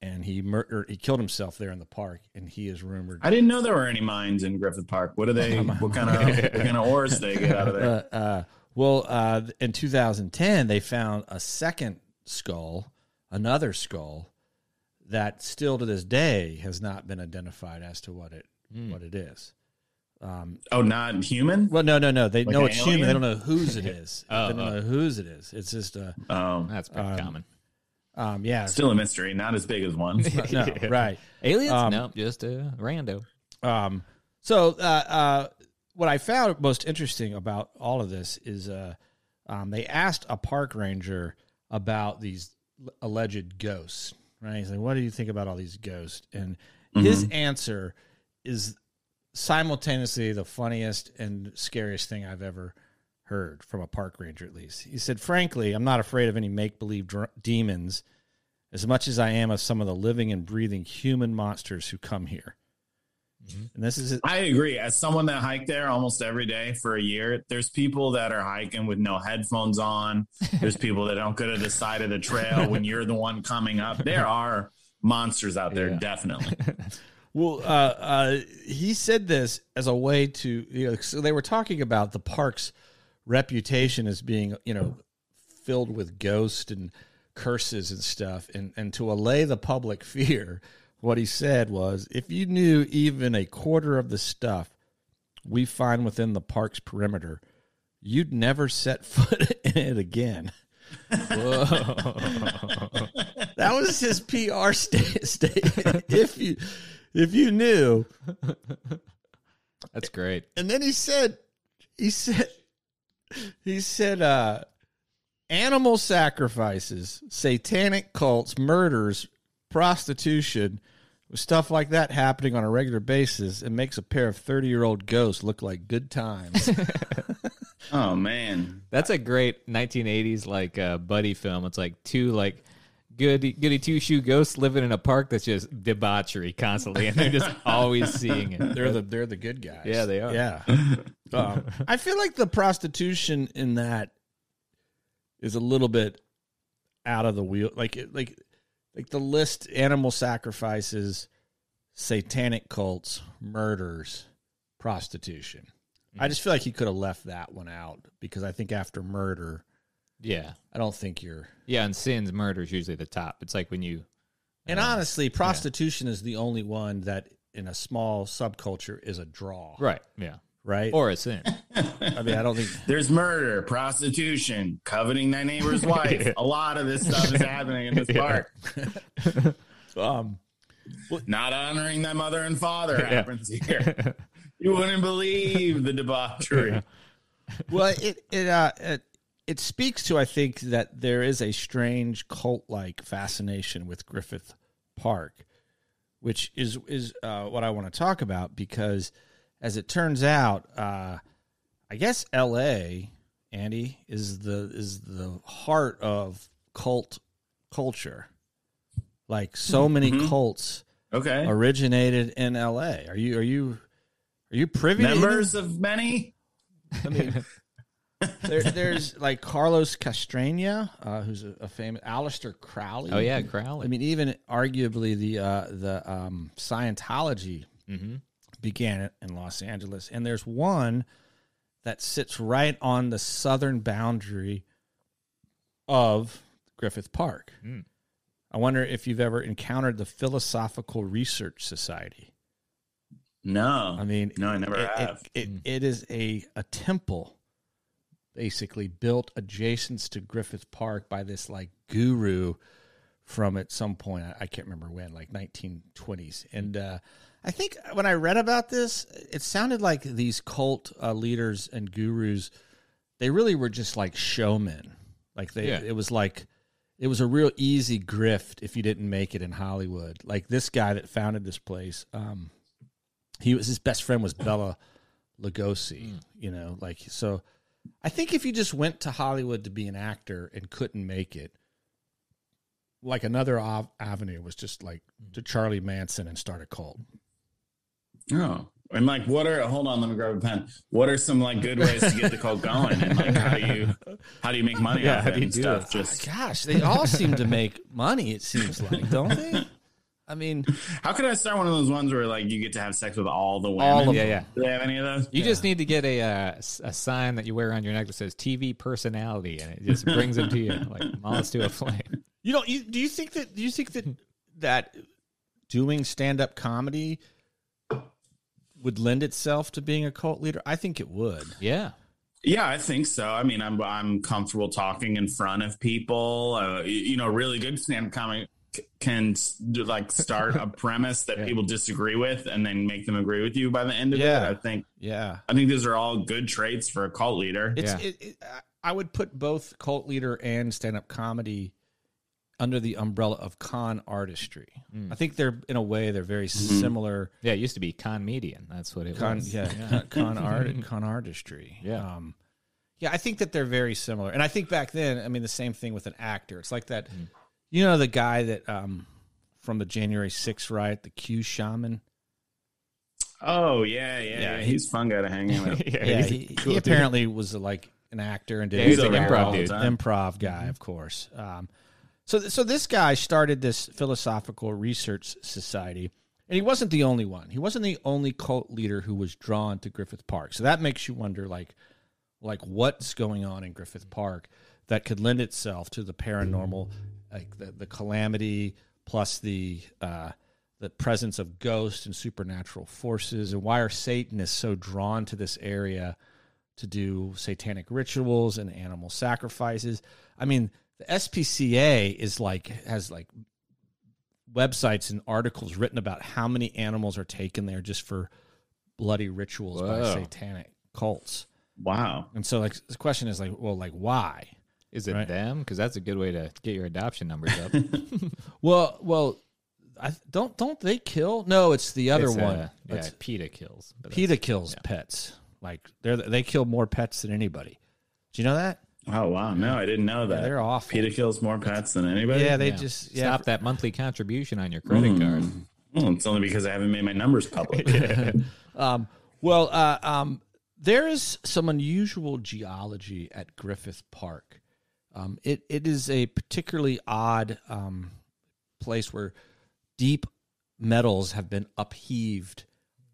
Speaker 1: and he murdered. He killed himself there in the park, and he is rumored.
Speaker 3: I didn't know there were any mines in Griffith Park. What are they? What kind of what kind of ores they get out of there?
Speaker 1: Uh, uh, well, uh, in 2010, they found a second skull, another skull that still to this day has not been identified as to what it what it is.
Speaker 3: Oh, not human.
Speaker 1: Well, no, no, no. They know
Speaker 3: an
Speaker 1: it's human. They
Speaker 3: alien?
Speaker 1: don't know whose it is.
Speaker 2: Oh,
Speaker 1: they don't
Speaker 2: oh.
Speaker 1: know whose it is. It's just a
Speaker 3: Um,
Speaker 2: That's pretty common.
Speaker 1: um, yeah,
Speaker 3: still a mystery. Not as big as one.
Speaker 1: no, right.
Speaker 2: Aliens?
Speaker 1: um,
Speaker 2: no, just a rando.
Speaker 1: Um, so uh, uh, what I found most interesting about all of this is uh, um, they asked a park ranger about these l- alleged ghosts. Right? He's like, "What do you think about all these ghosts?" And his answer is simultaneously the funniest and scariest thing I've ever heard from a park ranger. At least he said, "Frankly, I'm not afraid of any make believe dr- demons." As much as I am of some of the living and breathing human monsters who come here. And this is
Speaker 3: I agree. As someone that hiked there almost every day for a year, there's people that are hiking with no headphones on. There's people that don't go to the side of the trail when you're the one coming up. There are monsters out there, definitely.
Speaker 1: Well, uh, uh, he said this as a way to, you know, so they were talking about the park's reputation as being, you know, filled with ghosts and curses and stuff. And, and to allay the public fear, what he said was if you knew even a quarter of the stuff we find within the park's perimeter, you'd never set foot in it again. That was his PR sta- statement. if you if you knew,
Speaker 2: That's great.
Speaker 1: and then he said he said he said uh animal sacrifices satanic cults murders prostitution stuff like that happening on a regular basis it makes a pair of 30 year old ghosts look like good times
Speaker 3: Oh man.
Speaker 2: That's a great 1980s like uh, buddy film. It's like two like goody goody two shoe ghosts living in a park that's just debauchery constantly, and they're just always seeing it.
Speaker 1: they're the they're the good guys
Speaker 2: Yeah, they are.
Speaker 1: yeah um, i feel like the prostitution in that is a little bit out of the wheel. Like it- like like the list: animal sacrifices, satanic cults, murders, prostitution.
Speaker 2: Mm.
Speaker 1: I just feel like he could have left that one out because I think after murder,
Speaker 2: Yeah.
Speaker 1: I don't think you're.
Speaker 2: Yeah, and sins, murder is usually the top. It's like when you
Speaker 1: And honestly, prostitution is the only one that in a small subculture is a draw,
Speaker 2: Right. Yeah.
Speaker 1: right?
Speaker 2: Or a sin.
Speaker 1: I mean, I don't think
Speaker 3: There's murder, prostitution, coveting thy neighbor's wife. A lot of this stuff is happening in this park.
Speaker 1: um,
Speaker 3: Not honoring thy mother and father happens here. You wouldn't believe the debauchery.
Speaker 1: well, it it, uh, it it speaks to I think that there is a strange cult like fascination with Griffith Park, which is is uh, what I want to talk about because, as it turns out, uh, I guess L.A. Andy is the is the heart of cult culture. Like so many cults
Speaker 3: Mm-hmm. Okay.
Speaker 1: originated in L.A. Are you are you are you privy to any-
Speaker 3: Members of many?
Speaker 1: I mean, there, there's like Carlos Castrena, uh, who's a, a famous Aleister Crowley.
Speaker 2: oh yeah, Crowley.
Speaker 1: I mean, even arguably the uh, the um, Scientology
Speaker 2: Mm-hmm.
Speaker 1: began in Los Angeles, and there's one that sits right on the southern boundary of Griffith Park.
Speaker 2: Hmm.
Speaker 1: I wonder if you've ever encountered the Philosophical Research Society.
Speaker 3: No.
Speaker 1: I mean,
Speaker 3: no, I never
Speaker 1: it, it-
Speaker 3: have.
Speaker 1: it- it is a, a temple basically built adjacent to Griffith Park by this like guru from at some point I, I can't remember when like 1920s and uh, I think when I read about this it sounded like these cult uh, leaders and gurus they really were just like showmen like they
Speaker 2: Yeah.
Speaker 1: it was like it was a real easy grift if you didn't make it in Hollywood like this guy that founded this place um he was his best friend was Bella Lugosi you know like so I think if you just went to Hollywood to be an actor and couldn't make it, like another av- avenue was just like to Charlie Manson and start a cult.
Speaker 3: Oh. And like, what are? Hold on, let me grab a pen. What are some like good ways to get the cult going? And like, how do you how do you make money?
Speaker 2: Yeah,
Speaker 3: off
Speaker 2: how
Speaker 3: it
Speaker 2: do you
Speaker 3: and
Speaker 2: do
Speaker 3: stuff?
Speaker 2: that?
Speaker 3: Just
Speaker 1: Gosh, they all seem to make money. It seems like, don't they? I mean,
Speaker 3: how could I start one of those ones where like you get to have sex with all the women?
Speaker 1: All of
Speaker 2: yeah, yeah.
Speaker 3: do they have any of those?
Speaker 2: You just need to get a, uh, s- a sign that you wear around your neck that says TV personality, and it just brings them to you like Mollis to a flame.
Speaker 1: you know, you, do you think that? Do you think that that doing stand up comedy would lend itself to being a cult leader? I think it would.
Speaker 2: Yeah,
Speaker 3: Yeah, I think so. I mean, I'm I'm comfortable talking in front of people. Uh, you, you know, really good stand comic c- can s- do, like start a premise that people disagree with and then make them agree with you by the end of
Speaker 1: Yeah.
Speaker 3: it. I think
Speaker 1: Yeah.
Speaker 3: I think those are all good traits for a cult leader.
Speaker 1: It's
Speaker 2: Yeah.
Speaker 1: it, it, I- I would put both cult leader and stand up comedy under the umbrella of con artistry. I think they're in a way they're very similar
Speaker 2: yeah. It used to be con median. That's what it
Speaker 1: con
Speaker 2: was.
Speaker 1: yeah, Con, con art con artistry.
Speaker 2: Yeah.
Speaker 1: Um yeah, I think that they're very similar. And I think back then, I mean the same thing with an actor. It's like that
Speaker 2: Mm.
Speaker 1: you know the guy that um from the January 6th riot, the Q shaman.
Speaker 3: Oh yeah, yeah,
Speaker 1: Yeah.
Speaker 3: yeah. He's fun guy to hang out with.
Speaker 2: yeah,
Speaker 1: Yeah,
Speaker 2: he's a
Speaker 1: he,
Speaker 2: cool
Speaker 1: he
Speaker 2: dude.
Speaker 1: apparently was like an actor and did
Speaker 2: Yeah, he's
Speaker 1: everything else.
Speaker 2: an improv
Speaker 3: all the
Speaker 2: dude. Mm-hmm.
Speaker 3: time.
Speaker 1: improv guy, of course. Um, so, th- so this guy started this philosophical research society, and he wasn't the only one. He wasn't the only cult leader who was drawn to Griffith Park. So that makes you wonder, like, like what's going on in Griffith Park that could lend itself to the paranormal, like the, the calamity plus the uh, the presence of ghosts and supernatural forces, and why are Satanists so drawn to this area? to do satanic rituals and animal sacrifices. I mean, the SPCA is like has like websites and articles written about how many animals are taken there just for bloody rituals by
Speaker 2: Whoa.
Speaker 1: satanic cults.
Speaker 3: Wow.
Speaker 1: And so like the question is like, well, like why?
Speaker 2: Is it
Speaker 1: Right.
Speaker 2: them? Because that's a good way to get your adoption numbers up.
Speaker 1: Well, well, I don't don't they kill? No, it's the other
Speaker 2: It's, uh,
Speaker 1: one. E
Speaker 2: yeah,
Speaker 1: It's-
Speaker 2: PETA kills. But uh,
Speaker 1: PETA kills pets. Like they're they kill more pets than anybody. Do you know that?
Speaker 3: Oh wow. No, I didn't know that.
Speaker 1: they're awful.
Speaker 3: Peter kills more pets than anybody. Hmm.
Speaker 1: Yeah, they
Speaker 2: yeah.
Speaker 1: just yeah, Mm.
Speaker 2: stop that monthly contribution on your credit card.
Speaker 3: Well, it's only because I haven't made my numbers public.
Speaker 1: Well, uh, um, there is some unusual geology at Griffith Park. Um, it it is a particularly odd um, place where deep metals have been upheaved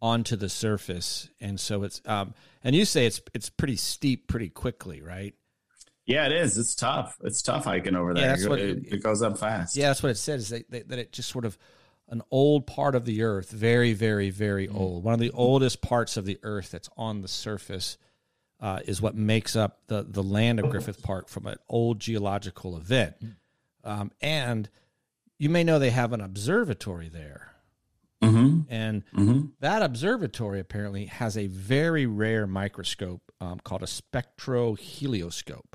Speaker 1: onto the surface, and so it's um, and you say it's it's pretty steep, pretty quickly, right?
Speaker 3: Yeah, it is. It's tough. It's tough hiking over there.
Speaker 1: Yeah, that's what
Speaker 3: it,
Speaker 1: it-
Speaker 3: it goes up fast.
Speaker 1: Yeah, that's what it said is that, that, that it just sort of an old part of the earth, very, very, very old, one of the oldest parts of the earth that's on the surface uh, is what makes up the, the land of Griffith Park from an old geological event. Um, and you may know they have an observatory there.
Speaker 3: hmm
Speaker 1: And
Speaker 3: hmm
Speaker 1: that observatory apparently has a very rare microscope um, called a spectrohelioscope,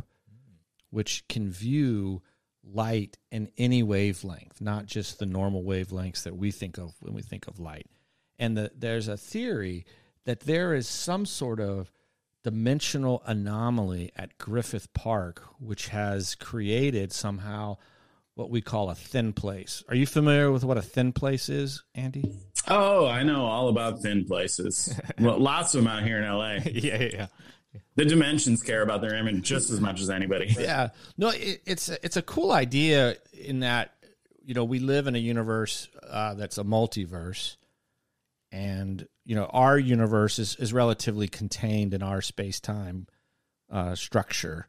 Speaker 1: which can view light in any wavelength, not just the normal wavelengths that we think of when we think of light. And the, there's a theory that there is some sort of dimensional anomaly at Griffith Park, which has created somehow what we call a thin place. Are you familiar with what a thin place is, Andy?
Speaker 3: Oh, I know all about thin places. well, lots of them out here in LA.
Speaker 2: yeah, yeah, yeah.
Speaker 3: The dimensions care about their image just as much as anybody.
Speaker 1: yeah no it, it's a- it's a cool idea in that you know we live in a universe uh, that's a multiverse and you know our universe is, is relatively contained in our space-time uh, structure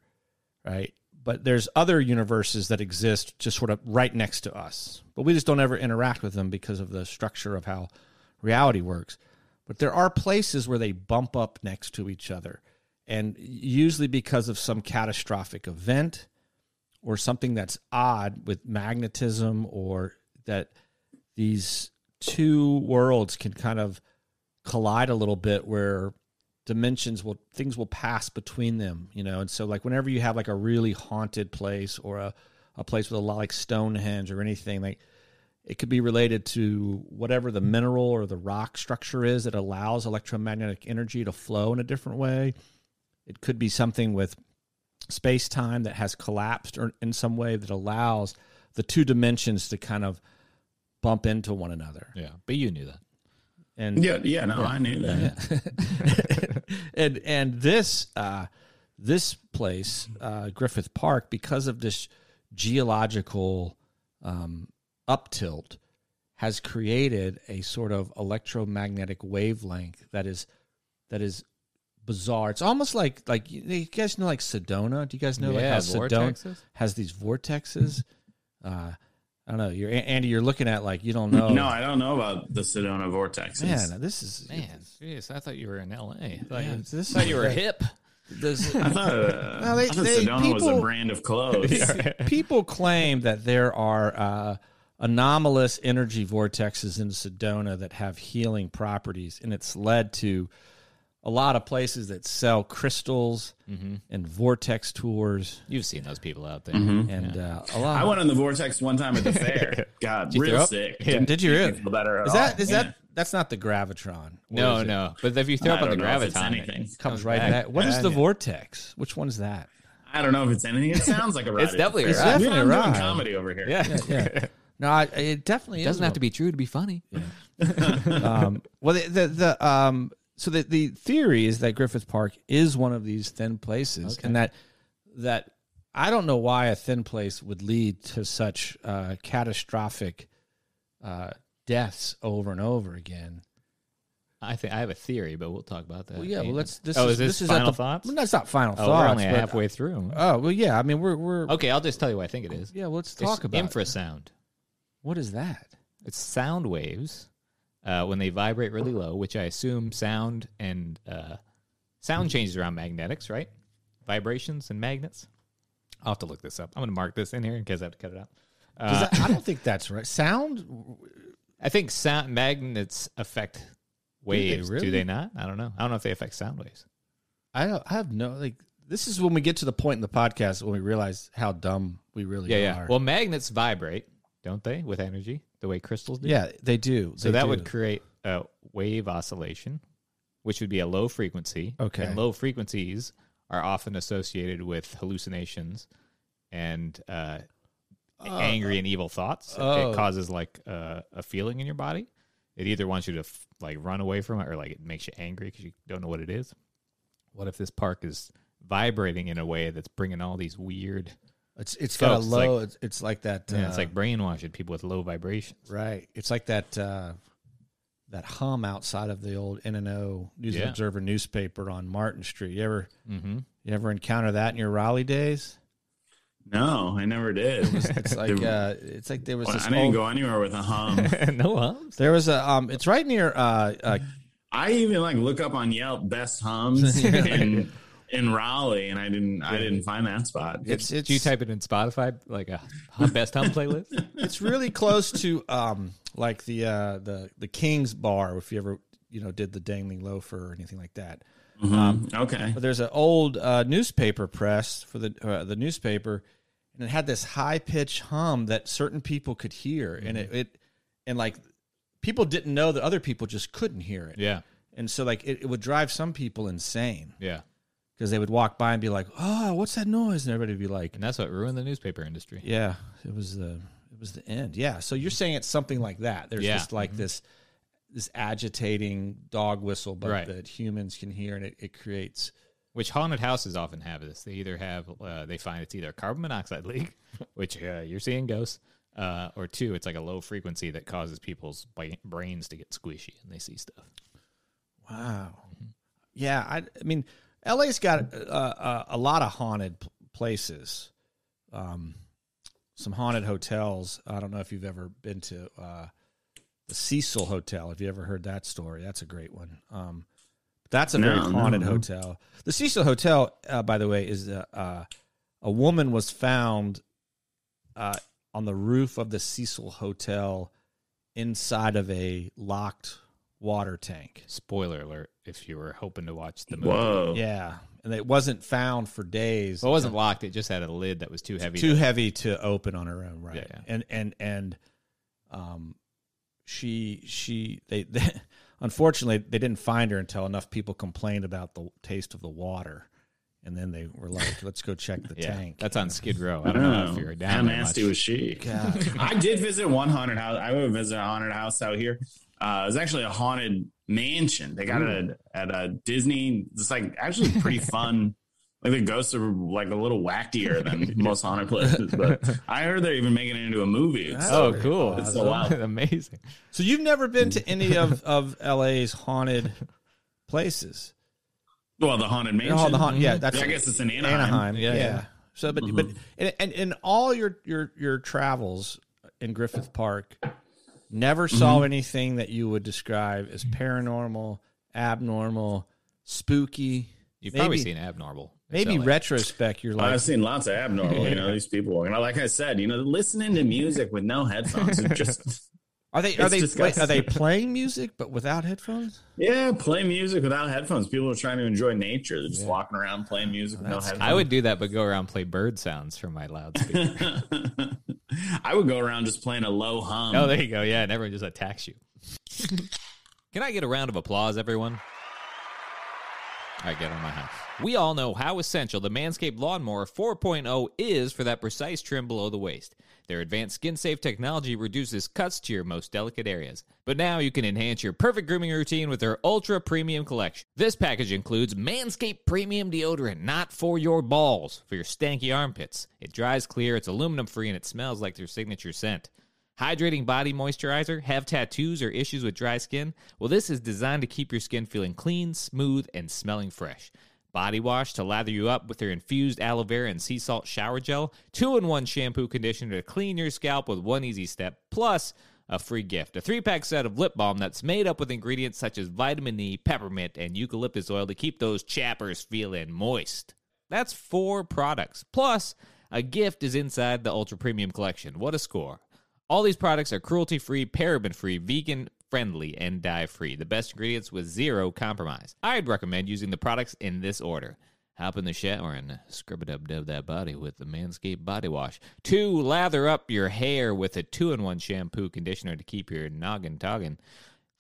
Speaker 1: right but there's other universes that exist just sort of right next to us but we just don't ever interact with them because of the structure of how reality works but there are places where they bump up next to each other and usually because of some catastrophic event or something that's odd with magnetism or that these two worlds can kind of collide a little bit where dimensions will things will pass between them you know and so like whenever you have like a really haunted place or a, a place with a lot like stonehenge or anything like it could be related to whatever the mineral or the rock structure is that allows electromagnetic energy to flow in a different way. It could be something with space time that has collapsed or in some way that allows the two dimensions to kind of bump into one another.
Speaker 2: Yeah, but you knew that.
Speaker 1: And
Speaker 3: Yeah, yeah, no, I knew that.
Speaker 1: and and this uh, this place, uh, Griffith Park, because of this geological um, uptilt, has created a sort of electromagnetic wavelength that is that is bizarre. It's almost like like you you guys know like Sedona. Do you guys know like how
Speaker 2: Yeah,
Speaker 1: Sedona
Speaker 2: vortexes?
Speaker 1: has these vortexes? Uh, I don't know. You're Andy. You're looking at like you don't know.
Speaker 3: No, I don't know about the Sedona vortexes.
Speaker 1: man, this is
Speaker 2: Man, jeez, I thought you were in L.A. I thought,
Speaker 1: Yeah,
Speaker 2: you,
Speaker 1: this
Speaker 2: thought you were
Speaker 1: is-
Speaker 2: hip.
Speaker 1: This,
Speaker 3: I thought, uh,
Speaker 1: No, they-
Speaker 3: I thought
Speaker 1: they-
Speaker 3: Sedona was
Speaker 1: people-
Speaker 3: a brand of clothes.
Speaker 1: people claim that there are uh, anomalous energy vortexes in Sedona that have healing properties, and it's led to a lot of places that sell crystals
Speaker 3: Mm-hmm.
Speaker 1: and vortex tours,
Speaker 2: You've seen those people out there.
Speaker 1: and uh, a lot.
Speaker 3: Mm-hmm. I went in the vortex one time at the fair. God,
Speaker 2: you throw
Speaker 3: real
Speaker 2: up?
Speaker 3: sick.
Speaker 1: Did you really?
Speaker 3: Feel better at
Speaker 1: Is that
Speaker 3: all.
Speaker 1: is
Speaker 3: Yeah.
Speaker 1: that that's not the gravitron? What
Speaker 2: No,
Speaker 1: is it?
Speaker 2: no. But if you throw
Speaker 3: I
Speaker 2: up on the
Speaker 3: don't know if it's
Speaker 2: graviton,
Speaker 3: anything.
Speaker 2: it
Speaker 1: comes right back. What is the vortex? Which one's that?
Speaker 3: I don't know if it's anything. It sounds like a ride.
Speaker 2: It's definitely a
Speaker 1: It's
Speaker 2: ride.
Speaker 3: Yeah,
Speaker 1: definitely
Speaker 3: I'm
Speaker 1: a
Speaker 3: doing
Speaker 1: ride.
Speaker 3: comedy over here.
Speaker 2: Yeah.
Speaker 1: Yeah. No, I, it definitely
Speaker 2: It doesn't have to be true to be funny.
Speaker 1: um, well, the, the the um, so the the theory is that Griffith Park is one of these thin places, and that that I don't know why a thin place would lead to such uh, catastrophic uh, deaths over and over again.
Speaker 2: I think I have a theory, but we'll talk about that.
Speaker 1: Well, yeah, well, let's. This
Speaker 2: oh,
Speaker 1: is,
Speaker 2: is this,
Speaker 1: is at
Speaker 2: final
Speaker 1: the-
Speaker 2: thoughts?
Speaker 1: Well, no, it's not final
Speaker 2: oh,
Speaker 1: thoughts.
Speaker 2: we're only
Speaker 1: but-
Speaker 2: halfway through.
Speaker 1: Oh well, yeah. I mean, we're we're
Speaker 2: okay, I'll just tell you what I think it is.
Speaker 1: yeah. well, Let's talk
Speaker 2: it's
Speaker 1: about it.
Speaker 2: infrasound.
Speaker 1: what is that?
Speaker 2: It's sound waves uh, when they vibrate really low, which I assume sound and uh, sound changes around magnetics, right? Vibrations and magnets. I'll have to look this up. I'm going to mark this in here in case I have to cut it out. Uh,
Speaker 1: Does that- I don't think that's right. Sound?
Speaker 2: I think sound magnets affect waves. Do they,
Speaker 1: really?
Speaker 2: not? I don't know. I don't know if they affect sound waves.
Speaker 1: I don't. I have no like. This is when we get to the point in the podcast when we realize how dumb we really
Speaker 2: Yeah,
Speaker 1: are.
Speaker 2: yeah. Well, magnets vibrate, don't they, with energy, the way crystals do.
Speaker 1: Yeah, they do.
Speaker 2: So
Speaker 1: They
Speaker 2: that
Speaker 1: do.
Speaker 2: would create a wave oscillation, which would be a low frequency.
Speaker 1: Okay.
Speaker 2: And low frequencies are often associated with hallucinations and uh, angry and evil thoughts.
Speaker 1: oh.
Speaker 2: It causes like uh, a feeling in your body. It either wants you to f- like run away from it or like it makes you angry because you don't know what it is. What if this park is vibrating in a way that's bringing all these weird
Speaker 1: It's it's got a
Speaker 2: Folks,
Speaker 1: low. it's, it's like that.
Speaker 2: Yeah, it's
Speaker 1: uh,
Speaker 2: like brainwashing people with low vibrations.
Speaker 1: right. It's like that. Uh, that hum outside of the old N and O News and
Speaker 2: Yeah.
Speaker 1: Observer newspaper on Martin Street. You ever
Speaker 2: Mm-hmm.
Speaker 1: you ever encounter that in your Raleigh days?
Speaker 3: No, I never did.
Speaker 1: It's like
Speaker 3: Dude.
Speaker 1: uh, it's like there was
Speaker 3: Well,
Speaker 1: this
Speaker 3: I didn't
Speaker 1: old,
Speaker 3: go anywhere with a hum.
Speaker 2: no hums.
Speaker 1: there was a um. It's right near uh, uh
Speaker 3: I even like look up on Yelp best hums in, in Raleigh, and I didn't. I didn't find that spot.
Speaker 1: it's it's
Speaker 2: Do you type it in Spotify like a hum- best hum playlist?
Speaker 1: it's really close to um like the uh the the King's Bar if you ever you know did the dangling loafer or anything like that.
Speaker 3: Mhm.
Speaker 1: um,
Speaker 3: okay.
Speaker 1: But there's an old uh, newspaper press for the uh, the newspaper, and it had this high pitched hum that certain people could hear, and it, it and like people didn't know that other people just couldn't hear it,
Speaker 2: yeah,
Speaker 1: and so like it, it would drive some people insane
Speaker 2: yeah,
Speaker 1: because they would walk by and be like, "Oh, what's that noise?" and everybody would be like,
Speaker 2: and that's what ruined the newspaper industry.
Speaker 1: Yeah, it was the it was the end. Yeah. So you're saying it's something like that. There's
Speaker 2: Yeah. Mm-hmm.
Speaker 1: just like this this agitating dog whistle, but
Speaker 2: Right.
Speaker 1: that humans can hear, and it, it creates.
Speaker 2: Which haunted houses often have this. They either have uh, they find it's either a carbon monoxide leak, which uh, you're seeing ghosts, uh, or two, it's like a low frequency that causes people's bi- brains to get squishy and they see stuff.
Speaker 1: Wow. Yeah, I, I mean, LA's got uh, uh, a lot of haunted p- places, um, some haunted hotels. I don't know if you've ever been to uh, the Cecil Hotel. Have you ever heard that story? That's a great one. Um, that's a very
Speaker 3: No, no,
Speaker 1: haunted
Speaker 3: no.
Speaker 1: hotel. The Cecil Hotel, uh, by the way, is uh, uh, a woman was found uh, on the roof of the Cecil Hotel inside of a locked water tank.
Speaker 2: Spoiler alert! If you were hoping to watch the movie,
Speaker 3: Whoa.
Speaker 1: Yeah, and it wasn't found for days.
Speaker 2: Well, it wasn't locked. It just had a lid that was too heavy.
Speaker 1: too
Speaker 2: to-
Speaker 1: heavy to open on her own, right?
Speaker 2: Yeah, yeah.
Speaker 1: And and and um, she she they, they unfortunately they didn't find her until enough people complained about the taste of the water, and then they were like, "Let's go check the
Speaker 2: yeah,
Speaker 1: tank."
Speaker 2: that's on Skid Row. I don't know if
Speaker 3: Oh,
Speaker 2: you're down.
Speaker 3: how
Speaker 2: there
Speaker 3: nasty
Speaker 2: much.
Speaker 3: was she?
Speaker 1: God.
Speaker 3: I did visit one haunted house. I would visit a haunted house out here. Uh, it was actually a haunted mansion. They got it at, at a Disney. It's like actually pretty fun. Like the ghosts are like a little wackier than most haunted places. But I heard they're even making it into a movie.
Speaker 1: That's
Speaker 2: Oh,
Speaker 1: pretty
Speaker 2: cool!
Speaker 1: awesome.
Speaker 3: It's so wild.
Speaker 2: amazing.
Speaker 1: So you've never been to any of of LA's haunted places?
Speaker 3: well, the haunted mansion.
Speaker 1: Oh, the haunt. Yeah, that's
Speaker 3: I guess it's in Anaheim.
Speaker 1: Anaheim.
Speaker 2: Yeah,
Speaker 1: Yeah.
Speaker 2: yeah.
Speaker 1: So, but
Speaker 2: Mm-hmm.
Speaker 1: but and, and in all your your your travels in Griffith Park, never
Speaker 2: Mm-hmm.
Speaker 1: saw anything that you would describe as paranormal, abnormal, spooky.
Speaker 2: You've
Speaker 1: Maybe-
Speaker 2: probably seen abnormal. It's
Speaker 1: Maybe
Speaker 2: LA.
Speaker 1: retrospect, you're like,
Speaker 3: I've seen lots of abnormal, you know, these people. And like I said, you know, listening to music with no headphones is just
Speaker 1: are they are
Speaker 3: it's
Speaker 1: they wait,
Speaker 3: disgusting.
Speaker 1: are they playing music but without headphones?
Speaker 3: Yeah, play music without headphones. People are trying to enjoy nature. They're just walking around playing music with no headphones.
Speaker 2: I would do that, but go around and play bird sounds from my loudspeaker.
Speaker 3: I would go around just playing a low hum.
Speaker 2: oh, there you go. Yeah, and everyone just attacks you. Can I get a round of applause, everyone? All right, get on my high. We all know how essential the Manscaped Lawnmower 4.0 is for that precise trim below the waist. Their advanced skin safe technology reduces cuts to your most delicate areas. But now you can enhance your perfect grooming routine with their ultra premium collection. This package includes Manscaped Premium Deodorant, not for your balls, for your stanky armpits. It dries clear, it's aluminum free, and it smells like their signature scent. Hydrating body moisturizer? Have tattoos or issues with dry skin? Well, this is designed to keep your skin feeling clean, smooth, and smelling fresh. Body wash to lather you up with their infused aloe vera and sea salt shower gel. Two in one shampoo conditioner to clean your scalp with one easy step. Plus, a free gift a three pack set of lip balm that's made up with ingredients such as vitamin E, peppermint, and eucalyptus oil to keep those chappers feeling moist. That's four products. Plus, a gift is inside the Ultra Premium Collection. What a score! All these products are cruelty free, paraben free, vegan friendly, and dye free. The best ingredients with zero compromise. I'd recommend using the products in this order. Hop in the shower and scrub a dub dub that body with the Manscaped Body Wash. Two, lather up your hair with a two in one shampoo conditioner to keep your noggin toggin.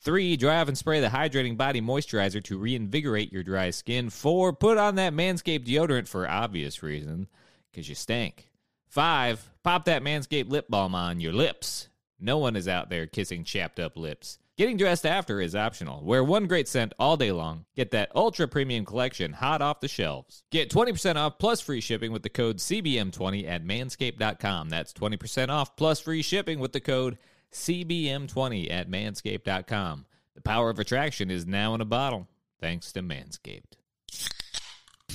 Speaker 2: Three, dry off and spray the hydrating body moisturizer to reinvigorate your dry skin. Four, put on that Manscaped deodorant for obvious reason, because you stank. Five, pop that Manscaped lip balm on your lips. No one is out there kissing chapped up lips. Getting dressed after is optional. Wear one great scent all day long. Get that ultra premium collection hot off the shelves. Get 20% off plus free shipping with the code CBM20 at manscaped.com. That's 20% off plus free shipping with the code CBM20 at manscaped.com. The power of attraction is now in a bottle thanks to Manscaped.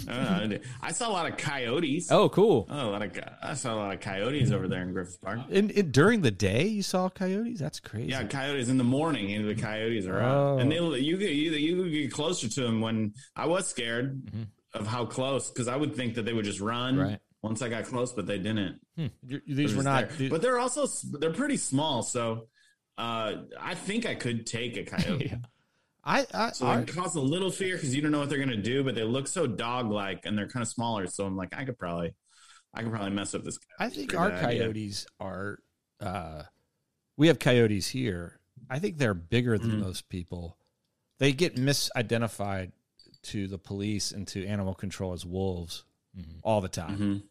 Speaker 3: Uh, I saw a lot of coyotes.
Speaker 2: Oh, cool.
Speaker 3: Oh, a lot of co- I saw a lot of coyotes over there in Griffith Park.
Speaker 1: In, in, during the day, you saw coyotes. That's crazy.
Speaker 3: Yeah, coyotes in the morning. You know, the coyotes are out,
Speaker 1: Oh.
Speaker 3: and they you could- you you could get closer to them. When I was scared of how close, because I would think that they would just run
Speaker 2: Right.
Speaker 3: once I got close, but they didn't.
Speaker 1: You- these
Speaker 3: They're
Speaker 1: were
Speaker 3: just
Speaker 1: not.
Speaker 3: there.
Speaker 1: these-
Speaker 3: but they're also s- they're pretty small, so uh, I think I could take a coyote.
Speaker 1: I, I,
Speaker 3: So
Speaker 1: I-
Speaker 3: it can cause a little fear because you don't know what they're gonna do, but they look so dog like and they're kind of smaller. So I'm like, I could probably, I could probably mess up this.
Speaker 1: I think
Speaker 3: Good
Speaker 1: our
Speaker 3: idea.
Speaker 1: coyotes are. Uh, we have coyotes here. I think they're bigger than most people. They get misidentified to the police and to animal control as wolves all the
Speaker 3: Mm-hmm.
Speaker 1: time.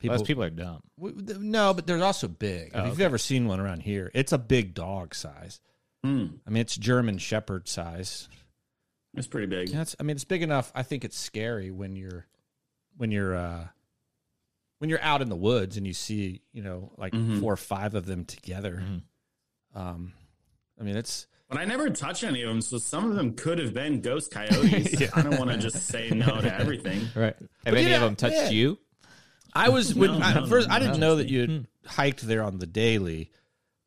Speaker 1: People,
Speaker 2: Mm-hmm. Those people are dumb.
Speaker 1: w- th- no, but they're also big. if you've ever seen one around here, it's a big dog size.
Speaker 3: Mm,
Speaker 1: I mean, it's German Shepherd size.
Speaker 3: it's pretty big.
Speaker 1: Yeah, it's, I mean, it's big enough. I think it's scary when you're, when you're, uh, when you're out in the woods and you see, you know, like four or five of them together. Um, I mean, it's
Speaker 3: But I never touch any of them, so some of them could have been ghost coyotes. I don't want to just say no to everything.
Speaker 2: Right. Have any
Speaker 1: yeah,
Speaker 2: of them touched
Speaker 1: yeah.
Speaker 2: you?
Speaker 1: I was when
Speaker 3: No,
Speaker 1: I,
Speaker 3: no,
Speaker 1: first
Speaker 3: no,
Speaker 1: I didn't
Speaker 3: no. Hmm.
Speaker 1: know that you had hiked there on the daily,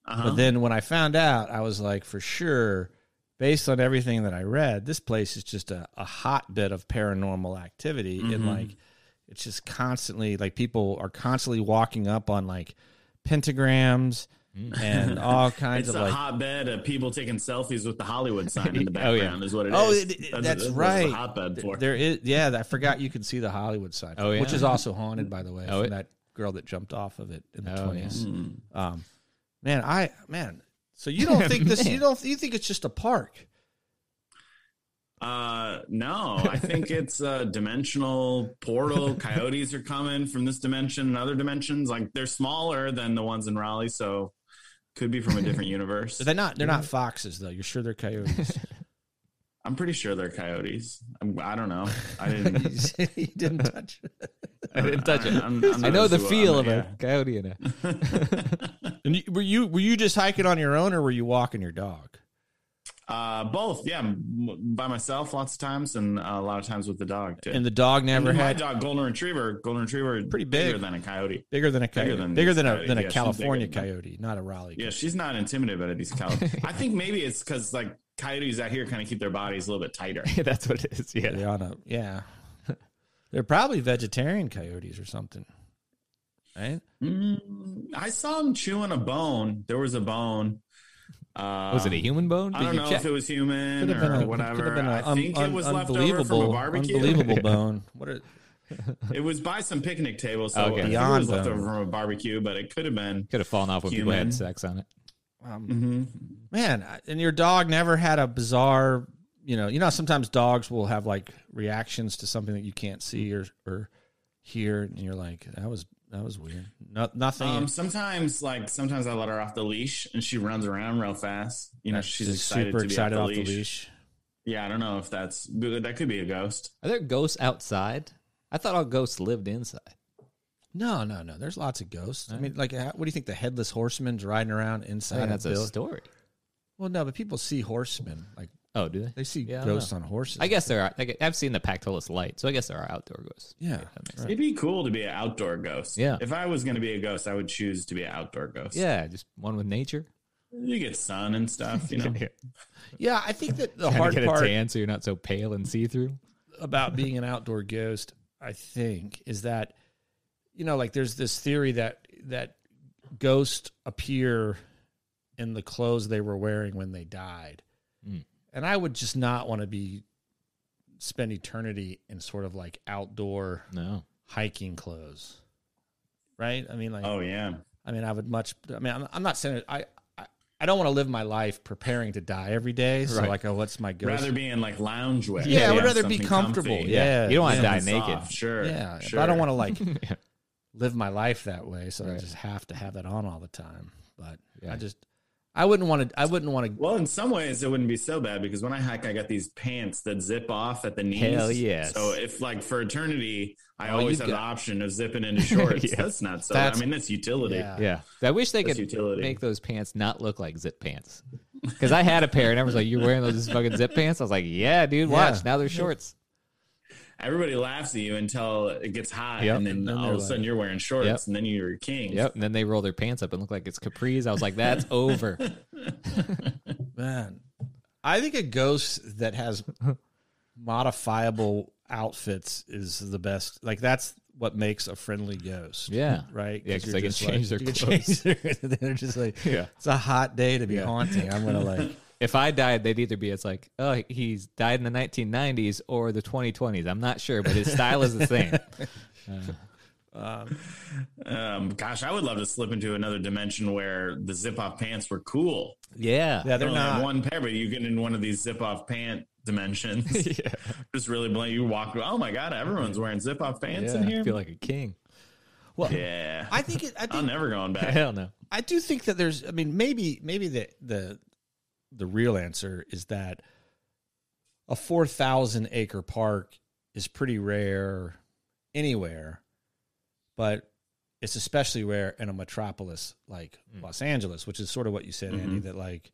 Speaker 3: Uh-huh.
Speaker 1: but then when I found out, I was like, for sure, based on everything that I read, this place is just a, a hotbed of paranormal activity, and
Speaker 3: Mm-hmm.
Speaker 1: like, it's just constantly like people are constantly walking up on like pentagrams and all kinds
Speaker 3: Mm. It's
Speaker 1: of
Speaker 3: a
Speaker 1: like.
Speaker 3: hotbed of people taking selfies with the Hollywood sign in the
Speaker 2: Oh, yeah.
Speaker 3: background. Is what it is.
Speaker 1: Oh, it- it- that's
Speaker 3: what
Speaker 1: right.
Speaker 3: The hotbed for.
Speaker 1: There is, yeah. I forgot you could see the Hollywood sign,
Speaker 2: Oh, yeah.
Speaker 1: which is also haunted, by the way,
Speaker 2: Oh,
Speaker 1: from
Speaker 2: it-
Speaker 1: that girl that jumped off of it in the
Speaker 2: Oh,
Speaker 1: twenties.
Speaker 3: Hmm.
Speaker 2: yeah.
Speaker 1: Um, man, I man. So you don't think this? You don't? You think it's just a park?
Speaker 3: Uh, no, I think it's a dimensional portal. Coyotes are coming from this dimension and other dimensions. Like they're smaller than the ones in Raleigh, so could be from a different universe.
Speaker 1: They're not. They're not foxes, though. You're sure they're coyotes?
Speaker 3: I'm pretty sure they're coyotes. I'm, I don't know. I didn't.
Speaker 1: you didn't touch.
Speaker 2: I didn't touch it.
Speaker 3: I'm- I'm
Speaker 2: I know
Speaker 3: not
Speaker 2: the
Speaker 3: sure.
Speaker 2: feel of
Speaker 3: I'm- yeah.
Speaker 2: a coyote in a
Speaker 1: And you, were you were you just hiking on your own, or were you walking your dog?
Speaker 3: Uh, both, yeah, m- by myself lots of times, and uh, a lot of times with the dog too.
Speaker 1: And the dog never
Speaker 3: And my
Speaker 1: had
Speaker 3: dog, golden retriever, golden retriever,
Speaker 1: Pretty
Speaker 3: bigger
Speaker 1: big.
Speaker 3: than a coyote.
Speaker 1: bigger than a coyote, bigger than,
Speaker 3: than these
Speaker 1: a
Speaker 3: coyotes.
Speaker 1: than a
Speaker 3: Yeah, she's bigger
Speaker 1: California
Speaker 3: than them.
Speaker 1: coyote, not a Raleigh.
Speaker 3: Yeah, she's not intimidated by these coyotes. I think maybe it's because like coyotes out here kind of keep their bodies a little bit tighter.
Speaker 2: Yeah, that's what it is. Yeah.
Speaker 1: They're on a yeah. They're probably vegetarian coyotes or something, right?
Speaker 3: Mm, I saw him chewing a bone. There was a bone. Uh,
Speaker 2: Was it a human bone?
Speaker 3: I don't
Speaker 2: you
Speaker 3: know if it was human
Speaker 1: Could have been
Speaker 3: or
Speaker 1: a Could have
Speaker 3: whatever.
Speaker 1: been
Speaker 3: I
Speaker 1: a un-
Speaker 3: think it
Speaker 1: un-
Speaker 3: was left over from a
Speaker 1: unbelievable,
Speaker 3: barbecue.
Speaker 1: unbelievable bone. What are
Speaker 3: It was by some picnic table, so
Speaker 2: Okay.
Speaker 3: I think it
Speaker 1: Beyond um,
Speaker 3: was left
Speaker 1: bone.
Speaker 3: over from a barbecue, but it could have been.
Speaker 2: Could have fallen off when people
Speaker 3: Human.
Speaker 2: had sex on it.
Speaker 1: um,
Speaker 3: Mhm.
Speaker 1: Man, I- and your dog never had a bizarre, you know, you know, sometimes dogs will have like reactions to something that you can't see or, or hear. And you're like, that was, that was weird. No, nothing.
Speaker 3: Um, sometimes, like sometimes I let her off the leash and she runs around real fast. You know,
Speaker 1: That's
Speaker 3: she's
Speaker 1: just
Speaker 3: excited to be off, the leash.
Speaker 1: leash.
Speaker 3: Yeah, I don't know if that's that could be a ghost.
Speaker 2: Are there ghosts outside? I thought all ghosts lived inside.
Speaker 1: No, no, no. There's lots of ghosts. I mean, like, how- what do you think? The headless horseman's riding around
Speaker 2: I
Speaker 1: inside.
Speaker 2: think
Speaker 1: a
Speaker 2: that's a
Speaker 1: building?
Speaker 2: story.
Speaker 1: Well, no, but people see horsemen. Like,
Speaker 2: Oh, do they?
Speaker 1: they see
Speaker 2: Yeah, I don't
Speaker 1: ghosts on horses.
Speaker 2: I guess there are. Like, I've seen the Pactolus light, so I guess there are outdoor ghosts.
Speaker 1: Yeah.
Speaker 2: that makes
Speaker 1: right.
Speaker 3: It'd be cool to be an outdoor ghost.
Speaker 2: Yeah.
Speaker 3: If I was going to be a ghost, I would choose to be an outdoor ghost.
Speaker 2: Yeah, just one with nature.
Speaker 3: You get sun and stuff, you know.
Speaker 2: Yeah.
Speaker 1: Yeah. I think that the
Speaker 2: Trying
Speaker 1: hard
Speaker 2: to get
Speaker 1: part.
Speaker 2: a tan so you're not so pale and see through.
Speaker 1: about being an outdoor ghost, I think, is that you know, like there's this theory that that ghosts appear in the clothes they were wearing when they died.
Speaker 2: Mm.
Speaker 1: And I would just not want to be spend eternity in sort of like outdoor
Speaker 2: No.
Speaker 1: hiking clothes. Right? I mean like
Speaker 3: Oh yeah.
Speaker 1: I mean I would much I mean I'm, I'm not saying it, I I- I don't want to live my life preparing to die every day. So
Speaker 2: Right.
Speaker 1: like, oh, what's my ghost?
Speaker 3: Rather be in like loungewear.
Speaker 1: yeah, I would rather be
Speaker 3: something
Speaker 1: comfortable.
Speaker 3: comfy.
Speaker 1: Yeah,
Speaker 2: You don't want to
Speaker 1: yeah.
Speaker 2: die
Speaker 3: Something
Speaker 2: naked.
Speaker 3: soft, Sure.
Speaker 1: Yeah,
Speaker 3: Sure.
Speaker 1: but I don't want to like
Speaker 2: Yeah.
Speaker 1: live my life that way, so I
Speaker 2: Right.
Speaker 1: just have to have it on all the time. But
Speaker 2: Yeah.
Speaker 1: I just I wouldn't want to. I wouldn't want to.
Speaker 3: Well, in some ways, it wouldn't be so bad because when I hike, I got these pants that zip off at the knees.
Speaker 2: Hell yes.
Speaker 3: So if like for eternity, I
Speaker 1: Oh, you've
Speaker 3: always have the
Speaker 1: got-
Speaker 3: option of zipping into shorts.
Speaker 2: Yeah.
Speaker 3: That's not so.
Speaker 1: That's-
Speaker 3: I mean, that's utility.
Speaker 1: Yeah.
Speaker 2: Yeah. I wish they
Speaker 3: That's
Speaker 2: could
Speaker 3: utility.
Speaker 2: make those pants not look like zip pants. Because I had a pair and everyone's like, You're wearing those fucking zip pants? I was like, Yeah, dude, watch.
Speaker 1: Yeah.
Speaker 2: Now they're shorts.
Speaker 3: Everybody laughs at you until it gets hot,
Speaker 2: Yep.
Speaker 3: and then,
Speaker 1: And then
Speaker 3: all
Speaker 1: they're
Speaker 3: of a sudden
Speaker 1: like-
Speaker 3: you're wearing shorts,
Speaker 2: Yep.
Speaker 3: and then you're a king.
Speaker 2: Yep. And then they roll their pants up and look like it's capris. I was like, That's over.
Speaker 1: Man, I think a ghost that has modifiable outfits is the best. Like that's what makes a friendly ghost.
Speaker 2: Yeah.
Speaker 1: Right?
Speaker 2: Yeah,
Speaker 1: 'Cause you're
Speaker 2: they can
Speaker 1: just
Speaker 2: change their
Speaker 1: you can
Speaker 2: clothes.
Speaker 1: change their- they're just like,
Speaker 2: Yeah.
Speaker 1: it's a hot day to be haunting. I'm gonna like,
Speaker 2: If I died, they'd either be it's like, Oh, he's died in the 1990s or the 2020s. I'm not sure, but his style is the same.
Speaker 3: Um, gosh, I would love to slip into another dimension where the zip off pants were cool.
Speaker 2: Yeah.
Speaker 1: yeah,
Speaker 3: I
Speaker 1: they're
Speaker 3: only have
Speaker 1: not.
Speaker 3: one pair, but you get in one of these zip off pant dimensions.
Speaker 2: Yeah.
Speaker 3: Just really blank. You walk. Oh my god, everyone's wearing zip off pants
Speaker 2: Yeah,
Speaker 3: in
Speaker 2: I
Speaker 3: here.
Speaker 2: feel like a king.
Speaker 1: Well,
Speaker 3: yeah,
Speaker 1: I think it, I
Speaker 3: I'm
Speaker 1: think
Speaker 3: never going back.
Speaker 2: Hell no.
Speaker 1: I do think that there's. I mean, maybe maybe the the the real answer is that a four thousand acre park is pretty rare anywhere, but it's especially rare in a metropolis like
Speaker 2: Mm.
Speaker 1: Los Angeles, which is sort of what you said, Andy.
Speaker 3: Mhm.
Speaker 1: That like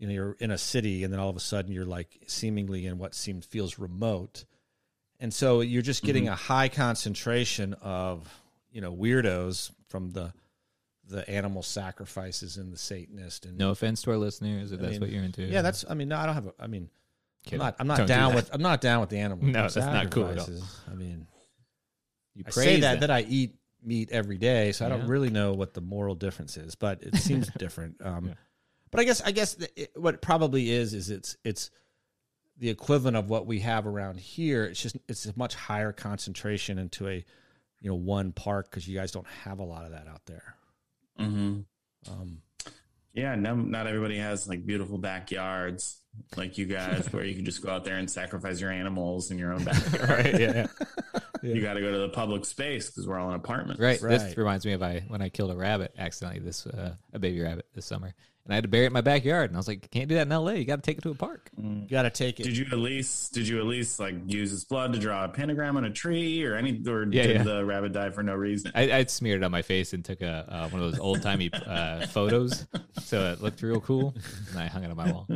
Speaker 1: you know you're in a city, and then all of a sudden you're like seemingly in what seems feels remote, and so you're just getting a high concentration of you know weirdos from the the animal sacrifices and the Satanist and
Speaker 2: No offense to our listeners if
Speaker 1: I
Speaker 2: that's
Speaker 1: mean,
Speaker 2: what you're into.
Speaker 1: yeah, that's I mean no, I don't have a, I mean I'm
Speaker 2: Kidding.
Speaker 1: not I'm not
Speaker 2: Don't do
Speaker 1: down
Speaker 2: that.
Speaker 1: with I'm not down with the animal
Speaker 2: No, that's not cool at all.
Speaker 1: sacrifices. I mean
Speaker 2: You
Speaker 1: I
Speaker 2: praise
Speaker 1: say that
Speaker 2: them.
Speaker 1: that I eat meat every day, so I don't
Speaker 2: Yeah.
Speaker 1: really know what the moral difference is, but it seems different. Um,
Speaker 2: Yeah.
Speaker 1: But I guess I guess that it, what it probably is is it's it's the equivalent of what we have around here. It's just it's a much higher concentration into a you know one park because you guys don't have a lot of that out there.
Speaker 3: hmm
Speaker 1: Um,
Speaker 3: Yeah, no, not everybody has like beautiful backyards like you guys, where you can just go out there and sacrifice your animals in your own backyard.
Speaker 2: right. Yeah.
Speaker 3: You got to go to the public space because we're all in apartments.
Speaker 2: Right.
Speaker 1: Right.
Speaker 2: This reminds me of I when I killed a rabbit accidentally this uh, a baby rabbit this summer, and I had to bury it in my backyard, and I was like, can't do that in L.A. You got to take it to a park.
Speaker 3: Mm.
Speaker 1: you got to take it.
Speaker 3: Did you at least did you at least like use his blood to draw a pentagram on a tree or any or
Speaker 2: Yeah,
Speaker 3: did
Speaker 2: yeah.
Speaker 3: the rabbit die for no reason?
Speaker 2: I, I smeared it on my face and took a uh, one of those old timey uh, photos, so it looked real cool, and I hung it on my wall.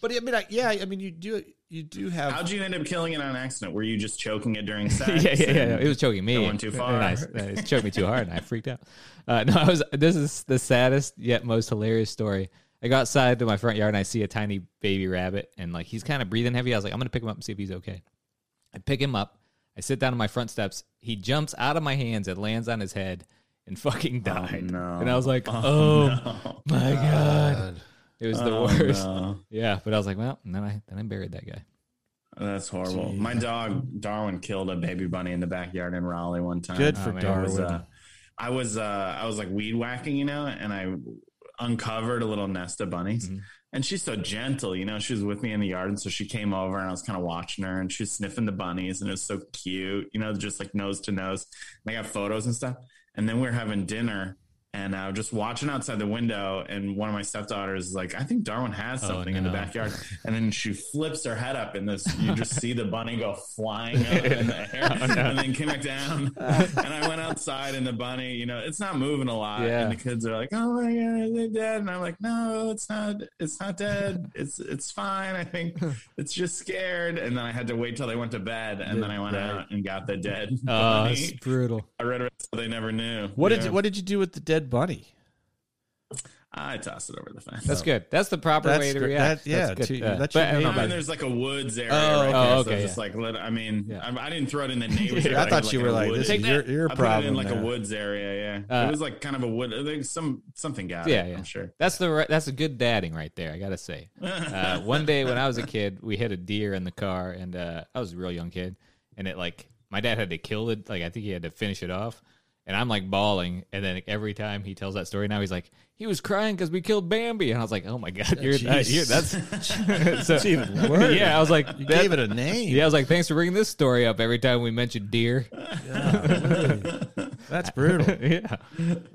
Speaker 1: but I mean, I, yeah, I mean, you do you do have.
Speaker 3: How'd you end up killing it on accident? Were you just choking it during sex?
Speaker 2: yeah, yeah, yeah.
Speaker 3: and-
Speaker 2: It was choking me.
Speaker 3: Going too far.
Speaker 2: Nice. It choked me too hard, and I freaked out. Uh, no, I was. This is the saddest yet most hilarious story. I go outside to my front yard and I see a tiny baby rabbit, and like he's kind of breathing heavy. I was like, I'm gonna pick him up and see if he's okay. I pick him up. I sit down on my front steps. He jumps out of my hands and lands on his head and fucking died.
Speaker 3: Oh, no.
Speaker 2: And I was like, oh,
Speaker 3: no.
Speaker 2: my god, it was the
Speaker 3: Oh,
Speaker 2: worst.
Speaker 3: no.
Speaker 2: Yeah, but I was like, well, and then I then I buried that guy.
Speaker 3: That's horrible. My dog Darwin killed a baby bunny in the backyard in Raleigh one time.
Speaker 1: Good for
Speaker 2: man, it
Speaker 3: I was,
Speaker 1: Darwin.
Speaker 3: uh, I was, uh, I was like weed whacking, you know, and I uncovered a little nest of bunnies.
Speaker 2: Mhm.
Speaker 3: And she's so gentle, you know. She was with me in the yard, and so she came over, and I was kind of watching her, and she was sniffing the bunnies, and it was so cute, you know, just like nose to nose. And I got photos and stuff. And then we were having dinner, and I was just watching outside the window, and one of my stepdaughters is like, "I think Darwin has
Speaker 2: Oh,
Speaker 3: something in the
Speaker 2: no.
Speaker 3: backyard," and then she flips her head up, and this you just see the bunny go flying up in the air,
Speaker 2: Oh,
Speaker 3: and then came back down. and I went outside, and the bunny, you know, it's not moving a lot,
Speaker 2: Yeah.
Speaker 3: and the kids are like, "Oh my god, is it dead?" And I'm like, "No, it's not. It's not dead. It's it's fine. I think it's just scared." And then I had to wait till they went to bed, and then I went
Speaker 1: Right. Uh,
Speaker 3: out and got the dead
Speaker 2: Oh,
Speaker 3: bunny.
Speaker 2: it's brutal.
Speaker 3: I read it so they never knew.
Speaker 1: what
Speaker 3: Yeah.
Speaker 1: did you, what did you do with the dead bunny?
Speaker 3: I tossed it over the fence.
Speaker 2: That's good. That's the proper
Speaker 1: That's
Speaker 2: way to
Speaker 1: great.
Speaker 2: react.
Speaker 1: That- yeah,
Speaker 2: that's good.
Speaker 1: to-
Speaker 2: Uh,
Speaker 1: that's
Speaker 2: but
Speaker 1: your
Speaker 2: I don't
Speaker 1: name.
Speaker 2: know
Speaker 3: I
Speaker 2: about
Speaker 3: mean, there's like a woods area.
Speaker 1: Oh,
Speaker 3: right
Speaker 2: oh,
Speaker 3: there, so
Speaker 2: okay,
Speaker 3: just
Speaker 2: yeah.
Speaker 3: like let, I mean,
Speaker 2: Yeah.
Speaker 3: I, I didn't throw it in the neighbor's.
Speaker 2: Yeah,
Speaker 3: area,
Speaker 1: I thought you
Speaker 3: in
Speaker 1: were
Speaker 3: a
Speaker 1: like,
Speaker 3: wood-
Speaker 1: this
Speaker 2: Take
Speaker 1: is
Speaker 2: that.
Speaker 1: your, your
Speaker 3: I put
Speaker 1: problem.
Speaker 3: it in like
Speaker 1: there.
Speaker 3: a woods area. Yeah,
Speaker 2: Uh,
Speaker 3: it was like kind of a wood. Like some something got
Speaker 2: Yeah,
Speaker 3: it.
Speaker 2: yeah.
Speaker 3: I'm sure.
Speaker 2: That's the right, that's a good dadding right there. I gotta say. Uh, one day when I was a kid, we hit a deer in the car, and uh, I was a real young kid, and it like my dad had to kill it. Like I think he had to finish it off, and I'm like bawling. And then every time he tells that story now, he's like, he was crying because we killed Bambi, and I was like, oh my god, you're,
Speaker 1: jeez.
Speaker 2: that, you're that's so,
Speaker 1: even worse.
Speaker 2: Yeah, I was like,
Speaker 1: You
Speaker 2: that-
Speaker 1: gave it a name.
Speaker 2: yeah, I was like, thanks for bringing this story up every time we mention deer.
Speaker 1: That's brutal.
Speaker 2: yeah.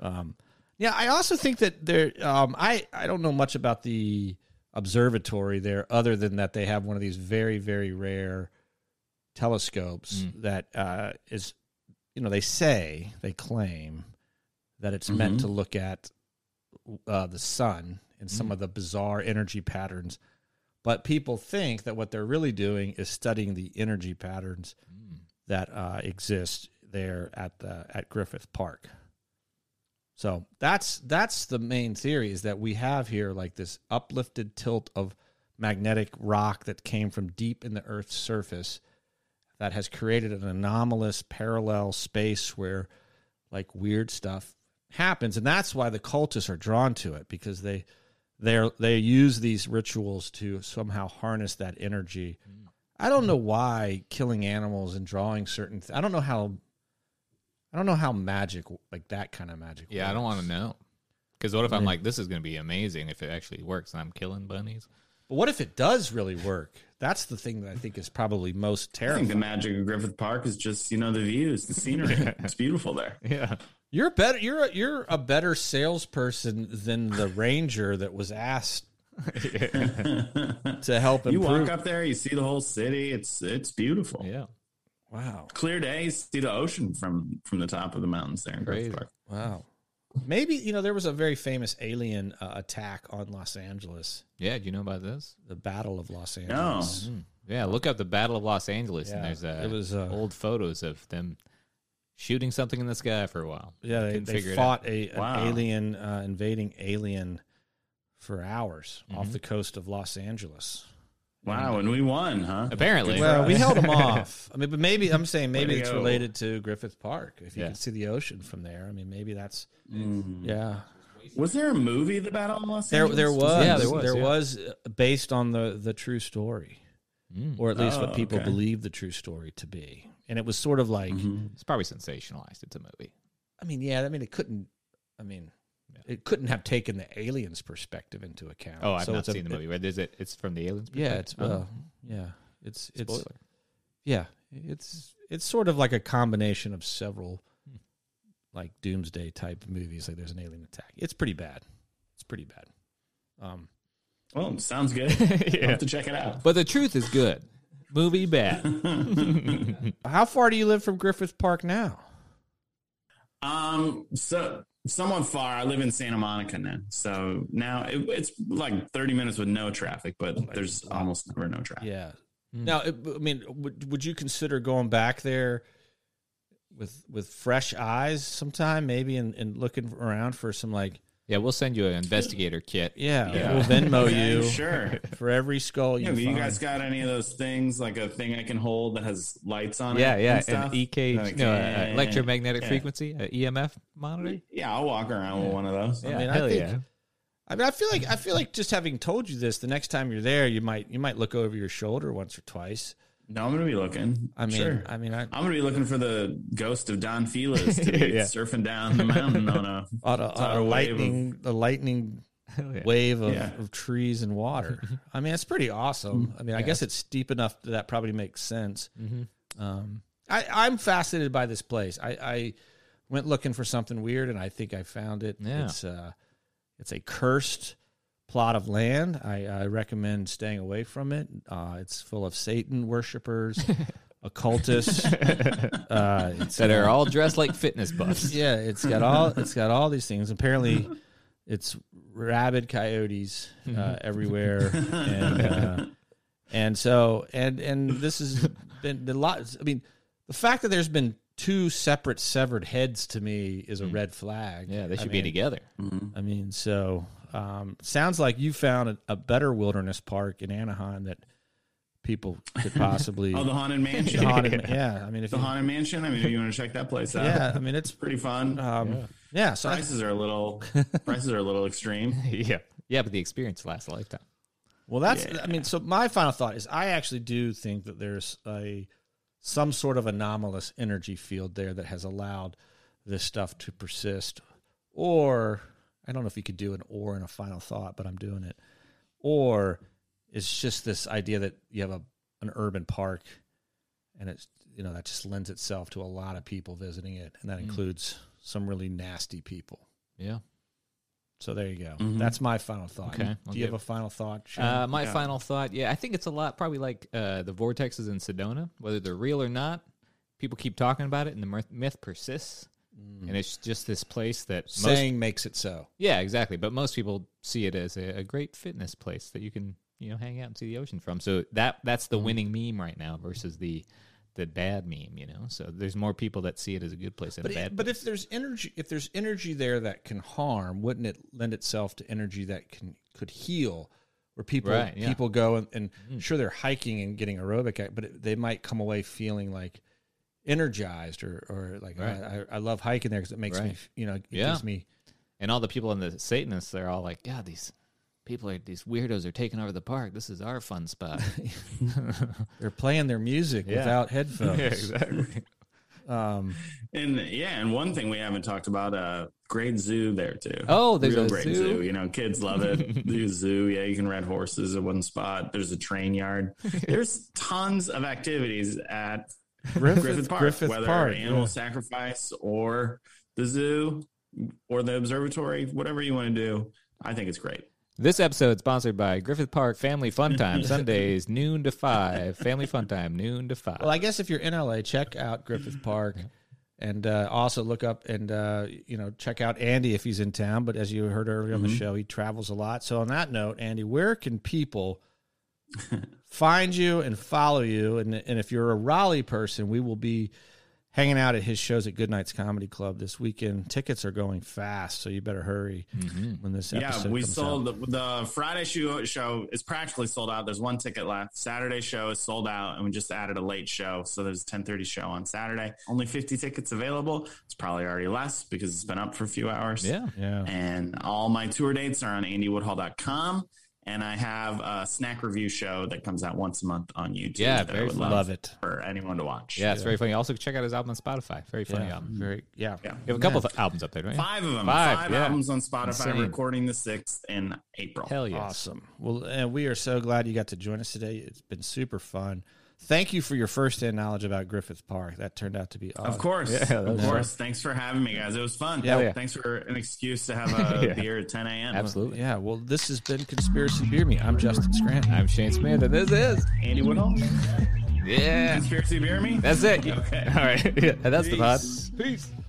Speaker 1: Um, Yeah, I also think that there. Um, I I don't know much about the observatory there, other than that they have one of these very very rare telescopes that uh, is, you know, they say they claim that it's meant to look at uh, the sun and some of the bizarre energy patterns. But people think that what they're really doing is studying the energy patterns that uh, exist there at the at Griffith Park. So that's that's the main theory is that we have here like this uplifted tilt of magnetic rock that came from deep in the Earth's surface that has created an anomalous parallel space where like weird stuff happens and that's why the cultists are drawn to it because they they they use these rituals to somehow harness that energy
Speaker 2: Mm.
Speaker 1: i don't know why killing animals and drawing certain th- i don't know how i don't know how magic like that kind of magic
Speaker 2: Yeah, I don't want to know. Because what if I'm like, this is going to be amazing if it actually works and I'm killing bunnies?
Speaker 1: but what if it does really work that's the thing that i think is probably most
Speaker 3: I think
Speaker 1: terrifying
Speaker 3: the magic of Griffith Park is just you know the views, the scenery. It's beautiful there.
Speaker 2: Yeah.
Speaker 1: You're better. You're a, you're a better salesperson than the ranger that was asked to help
Speaker 3: You
Speaker 1: improve.
Speaker 3: walk up there, you see the whole city. It's it's beautiful.
Speaker 2: Yeah.
Speaker 1: Wow,
Speaker 3: Clear days, see the ocean from from the top of the mountains there in
Speaker 2: Crazy.
Speaker 3: Griffith Park.
Speaker 1: wow. Maybe you know there was a very famous alien uh, attack on Los Angeles,
Speaker 2: Yeah. Do you know about this? Mm.
Speaker 1: the Battle of Los
Speaker 3: No, Mm-hmm.
Speaker 1: Angeles.
Speaker 2: Yeah. Look up the Battle of Los Angeles
Speaker 1: Yeah,
Speaker 2: and there's uh,
Speaker 1: it was, uh,
Speaker 2: old photos of them shooting something in the sky for a while.
Speaker 1: Yeah, they,
Speaker 2: Couldn't
Speaker 1: they
Speaker 2: figure it
Speaker 1: fought a an
Speaker 3: Wow.
Speaker 1: alien uh, invading alien for hours
Speaker 3: Mm-hmm.
Speaker 1: off the coast of Los Angeles.
Speaker 3: wow, and we won, huh?
Speaker 2: Apparently.
Speaker 1: Well, we held them off. I mean, but maybe I'm saying maybe
Speaker 3: to
Speaker 1: it's
Speaker 3: go.
Speaker 1: related to Griffith Park. If you
Speaker 2: Yeah.
Speaker 1: can see the ocean from there, I mean, maybe that's
Speaker 3: Mm-hmm.
Speaker 1: yeah.
Speaker 3: Was there a movie, The Battle of Los
Speaker 1: There,
Speaker 3: Angeles?
Speaker 1: there was,
Speaker 2: Yeah, there was, yeah.
Speaker 1: uh, based on the the true story,
Speaker 2: Mm.
Speaker 1: or at least what
Speaker 3: Oh,
Speaker 1: people
Speaker 3: okay. Mm-hmm.
Speaker 1: believe the true story to be. And it was sort of like,
Speaker 2: It's probably sensationalized. It's a movie.
Speaker 1: I mean, yeah, I mean, it couldn't, I mean, it couldn't have taken the aliens' perspective into account.
Speaker 2: Oh, I've
Speaker 1: So
Speaker 2: not
Speaker 1: it's a-
Speaker 2: seen the movie. Where is it? It's from the aliens.
Speaker 1: it- yeah, it's
Speaker 2: perspective?
Speaker 1: well, yeah, it's it's
Speaker 2: Spoiler.
Speaker 1: yeah, it's it's sort of like a combination of several
Speaker 3: Hmm.
Speaker 1: like doomsday type movies. Like there's an alien attack. It's pretty bad. It's pretty bad. Um,
Speaker 3: Well, Oh, sounds good. I'll have to check it out.
Speaker 2: But the truth is good. Movie bad.
Speaker 1: how far do you live from Griffith Park now?
Speaker 3: Um, so somewhat far. I live in Santa Monica now, so now it, it's like thirty minutes with no traffic, but there's almost never no traffic.
Speaker 1: Yeah. Now, it- I mean, would would you consider going back there with with fresh eyes sometime, maybe, and, and looking around for some like,
Speaker 2: yeah, we'll send you an investigator kit.
Speaker 1: yeah,
Speaker 3: Yeah.
Speaker 1: we'll Venmo
Speaker 3: Okay,
Speaker 1: you
Speaker 3: sure.
Speaker 1: for every skull you
Speaker 3: Yeah, but you
Speaker 1: find.
Speaker 3: guys got any of those things like a thing I can hold that has lights on
Speaker 2: Yeah,
Speaker 3: it?
Speaker 2: yeah,
Speaker 3: and
Speaker 2: an
Speaker 3: stuff?
Speaker 1: E
Speaker 2: EK,
Speaker 3: Like,
Speaker 2: no,
Speaker 3: yeah, yeah,
Speaker 2: uh,
Speaker 3: yeah,
Speaker 2: electromagnetic
Speaker 3: yeah.
Speaker 2: frequency, uh, EMF monitor.
Speaker 3: Yeah, I'll walk around with one of those.
Speaker 1: I mean, I
Speaker 2: hell
Speaker 1: think-
Speaker 2: yeah.
Speaker 1: I mean, I feel like I feel like just having told you this, the next time you're there, you might you might look over your shoulder once or twice.
Speaker 3: No, I'm gonna be looking.
Speaker 1: I mean,
Speaker 3: sure.
Speaker 1: I mean, I
Speaker 3: I'm gonna be looking for the ghost of Don Felix to be
Speaker 2: Yeah.
Speaker 3: surfing down the mountain on a
Speaker 1: on a, on a
Speaker 3: a wave of-
Speaker 1: lightning a lightning
Speaker 2: Hell yeah.
Speaker 1: wave of,
Speaker 3: Yeah.
Speaker 1: of trees and water. I mean, it's pretty awesome. I mean, I guess it's steep enough that that probably makes sense. Um, I, I'm fascinated by this place. I, I went looking for something weird, and I think I found it.
Speaker 2: Yeah.
Speaker 1: It's uh, it's a cursed plot of land. I, I recommend staying away from it. Uh, it's full of Satan worshippers, occultists. uh, it's
Speaker 2: that are all dressed like fitness buffs.
Speaker 1: yeah, it's got all it's got all these things. Apparently, it's rabid coyotes uh, everywhere, and uh, and so and and this has been the lot. I mean, the fact that there's been two separate severed heads to me is a red flag.
Speaker 2: Yeah, they
Speaker 1: I
Speaker 2: should be
Speaker 1: mean,
Speaker 2: together.
Speaker 1: I mean, so um, sounds like you found a, a better wilderness park in Anaheim that people could possibly.
Speaker 3: oh the haunted mansion.
Speaker 1: the haunted- yeah. I mean, if
Speaker 3: the
Speaker 1: you,
Speaker 3: haunted mansion. I mean, if you want to check that place out,
Speaker 1: yeah, I mean it's
Speaker 3: pretty fun.
Speaker 1: um, yeah. yeah. So I
Speaker 3: prices are a little prices are a little extreme.
Speaker 2: Yeah, yeah, but the experience lasts a lifetime.
Speaker 1: Well, that's I mean, so my final thought is I actually do think that there's a some sort of anomalous energy field there that has allowed this stuff to persist or I don't know if you could do an or in a final thought, but I'm doing it. Or it's just this idea that you have a an urban park and it's you know that just lends
Speaker 2: Mm.
Speaker 1: itself to a lot of people visiting it and that includes some really nasty people.
Speaker 2: Yeah,
Speaker 1: So there you go. That's my final thought.
Speaker 2: Mm-hmm. Okay, I'll
Speaker 1: Do you
Speaker 2: give-
Speaker 1: have a final thought? Sean?
Speaker 2: Uh, my final thought, yeah, I think it's a lot, probably like uh, the vortexes in Sedona, whether they're real or not. People keep talking about it, and the myth, myth persists. And it's just this place that most,
Speaker 1: Saying makes it so.
Speaker 2: yeah, exactly. But most people see it as a, a great fitness place that you can, you know, hang out and see the ocean from. So that that's the winning meme right now versus the the bad meme, you know. So there's more people that see it as a good place than
Speaker 1: But,
Speaker 2: a bad.
Speaker 1: but if there's energy, if there's energy there that can harm, wouldn't it lend itself to energy that can could heal? Where people
Speaker 2: Right, yeah. Mm-hmm.
Speaker 1: people go and, and sure they're hiking and getting aerobic, act- but it, they might come away feeling like energized or or like "Oh, I, I, I love hiking there because it makes me
Speaker 2: Right.
Speaker 1: f- you know it
Speaker 2: Yeah.
Speaker 1: gives me
Speaker 2: and all the people in the Satanists, they're all like, God, these people are these weirdos are taking over the park. This is our fun spot.
Speaker 1: they're playing their music without headphones.
Speaker 2: exactly.
Speaker 1: um,
Speaker 3: And yeah, and one thing we haven't talked about, uh, great zoo there too.
Speaker 2: Oh, there's
Speaker 3: Real
Speaker 2: a
Speaker 3: great
Speaker 2: zoo?
Speaker 3: You know, kids love it. the zoo, yeah, you can ride horses at one spot. There's a train yard. There's tons of activities at
Speaker 1: Griffith,
Speaker 3: Griffith Park,
Speaker 1: Griffith
Speaker 3: whether
Speaker 1: Park,
Speaker 3: animal
Speaker 1: yeah.
Speaker 3: sacrifice or the zoo or the observatory, whatever you want to do. I think it's great.
Speaker 2: This episode is sponsored by Griffith Park Family Fun Time, Sundays, noon to five. Family Fun Time, noon to five.
Speaker 1: Well, I guess if you're in LA, check out Griffith Park, and uh, also look up and uh, you know check out Andy if he's in town. But as you heard earlier on the show, he travels a lot. So on that note, Andy, where can people find you and follow you? And and if you're a Raleigh person, we will be hanging out at his shows at Good Nights Comedy Club this weekend. Tickets are going fast, so you better hurry when this episode.
Speaker 3: Yeah, we
Speaker 1: comes
Speaker 3: sold
Speaker 1: out.
Speaker 3: the Friday show, show is practically sold out. There's one ticket left. Saturday show is sold out, and we just added a late show, so there's a 10:30 show on Saturday. Only 50 tickets available. It's probably already less because it's been up for a few hours.
Speaker 2: yeah.
Speaker 1: Yeah.
Speaker 3: And all my tour dates are on andywoodhall.com, and I have a snack review show that comes out once a month on YouTube.
Speaker 2: Yeah,
Speaker 3: that
Speaker 2: very
Speaker 3: I would
Speaker 2: fun.
Speaker 3: love,
Speaker 1: Love it.
Speaker 3: for anyone to watch.
Speaker 2: Yeah, it's very funny. Also, check out his album on Spotify. Very funny
Speaker 1: Yeah.
Speaker 2: album.
Speaker 1: Very. Yeah.
Speaker 3: Yeah.
Speaker 2: You have a couple of albums up there, right?
Speaker 3: Five of them.
Speaker 2: Five,
Speaker 3: Five,
Speaker 2: yeah.
Speaker 3: albums on Spotify.
Speaker 2: Insane.
Speaker 3: Recording the sixth in April.
Speaker 2: Hell yes.
Speaker 1: Awesome. Well, and we are so glad you got to join us today. It's been super fun. Thank you for your first-hand knowledge about Griffith Park. That turned out to be awesome.
Speaker 3: Of course.
Speaker 2: Yeah,
Speaker 3: of
Speaker 2: that's
Speaker 3: course. Thanks for having me, guys. It was fun.
Speaker 1: Yeah.
Speaker 2: Yeah.
Speaker 3: Thanks for an excuse to have a
Speaker 2: Yeah.
Speaker 3: beer at 10 a.m.
Speaker 2: Absolutely.
Speaker 1: Yeah. Well, this has been Conspiracy Beer Me. I'm Justin Scranton.
Speaker 2: I'm Shane Smith, and this is.
Speaker 3: Andy Woodhull,
Speaker 2: Yeah.
Speaker 3: conspiracy beer me?
Speaker 2: That's it.
Speaker 3: Okay.
Speaker 2: All right. Yeah, that's the pod.
Speaker 3: Peace.
Speaker 2: Peace.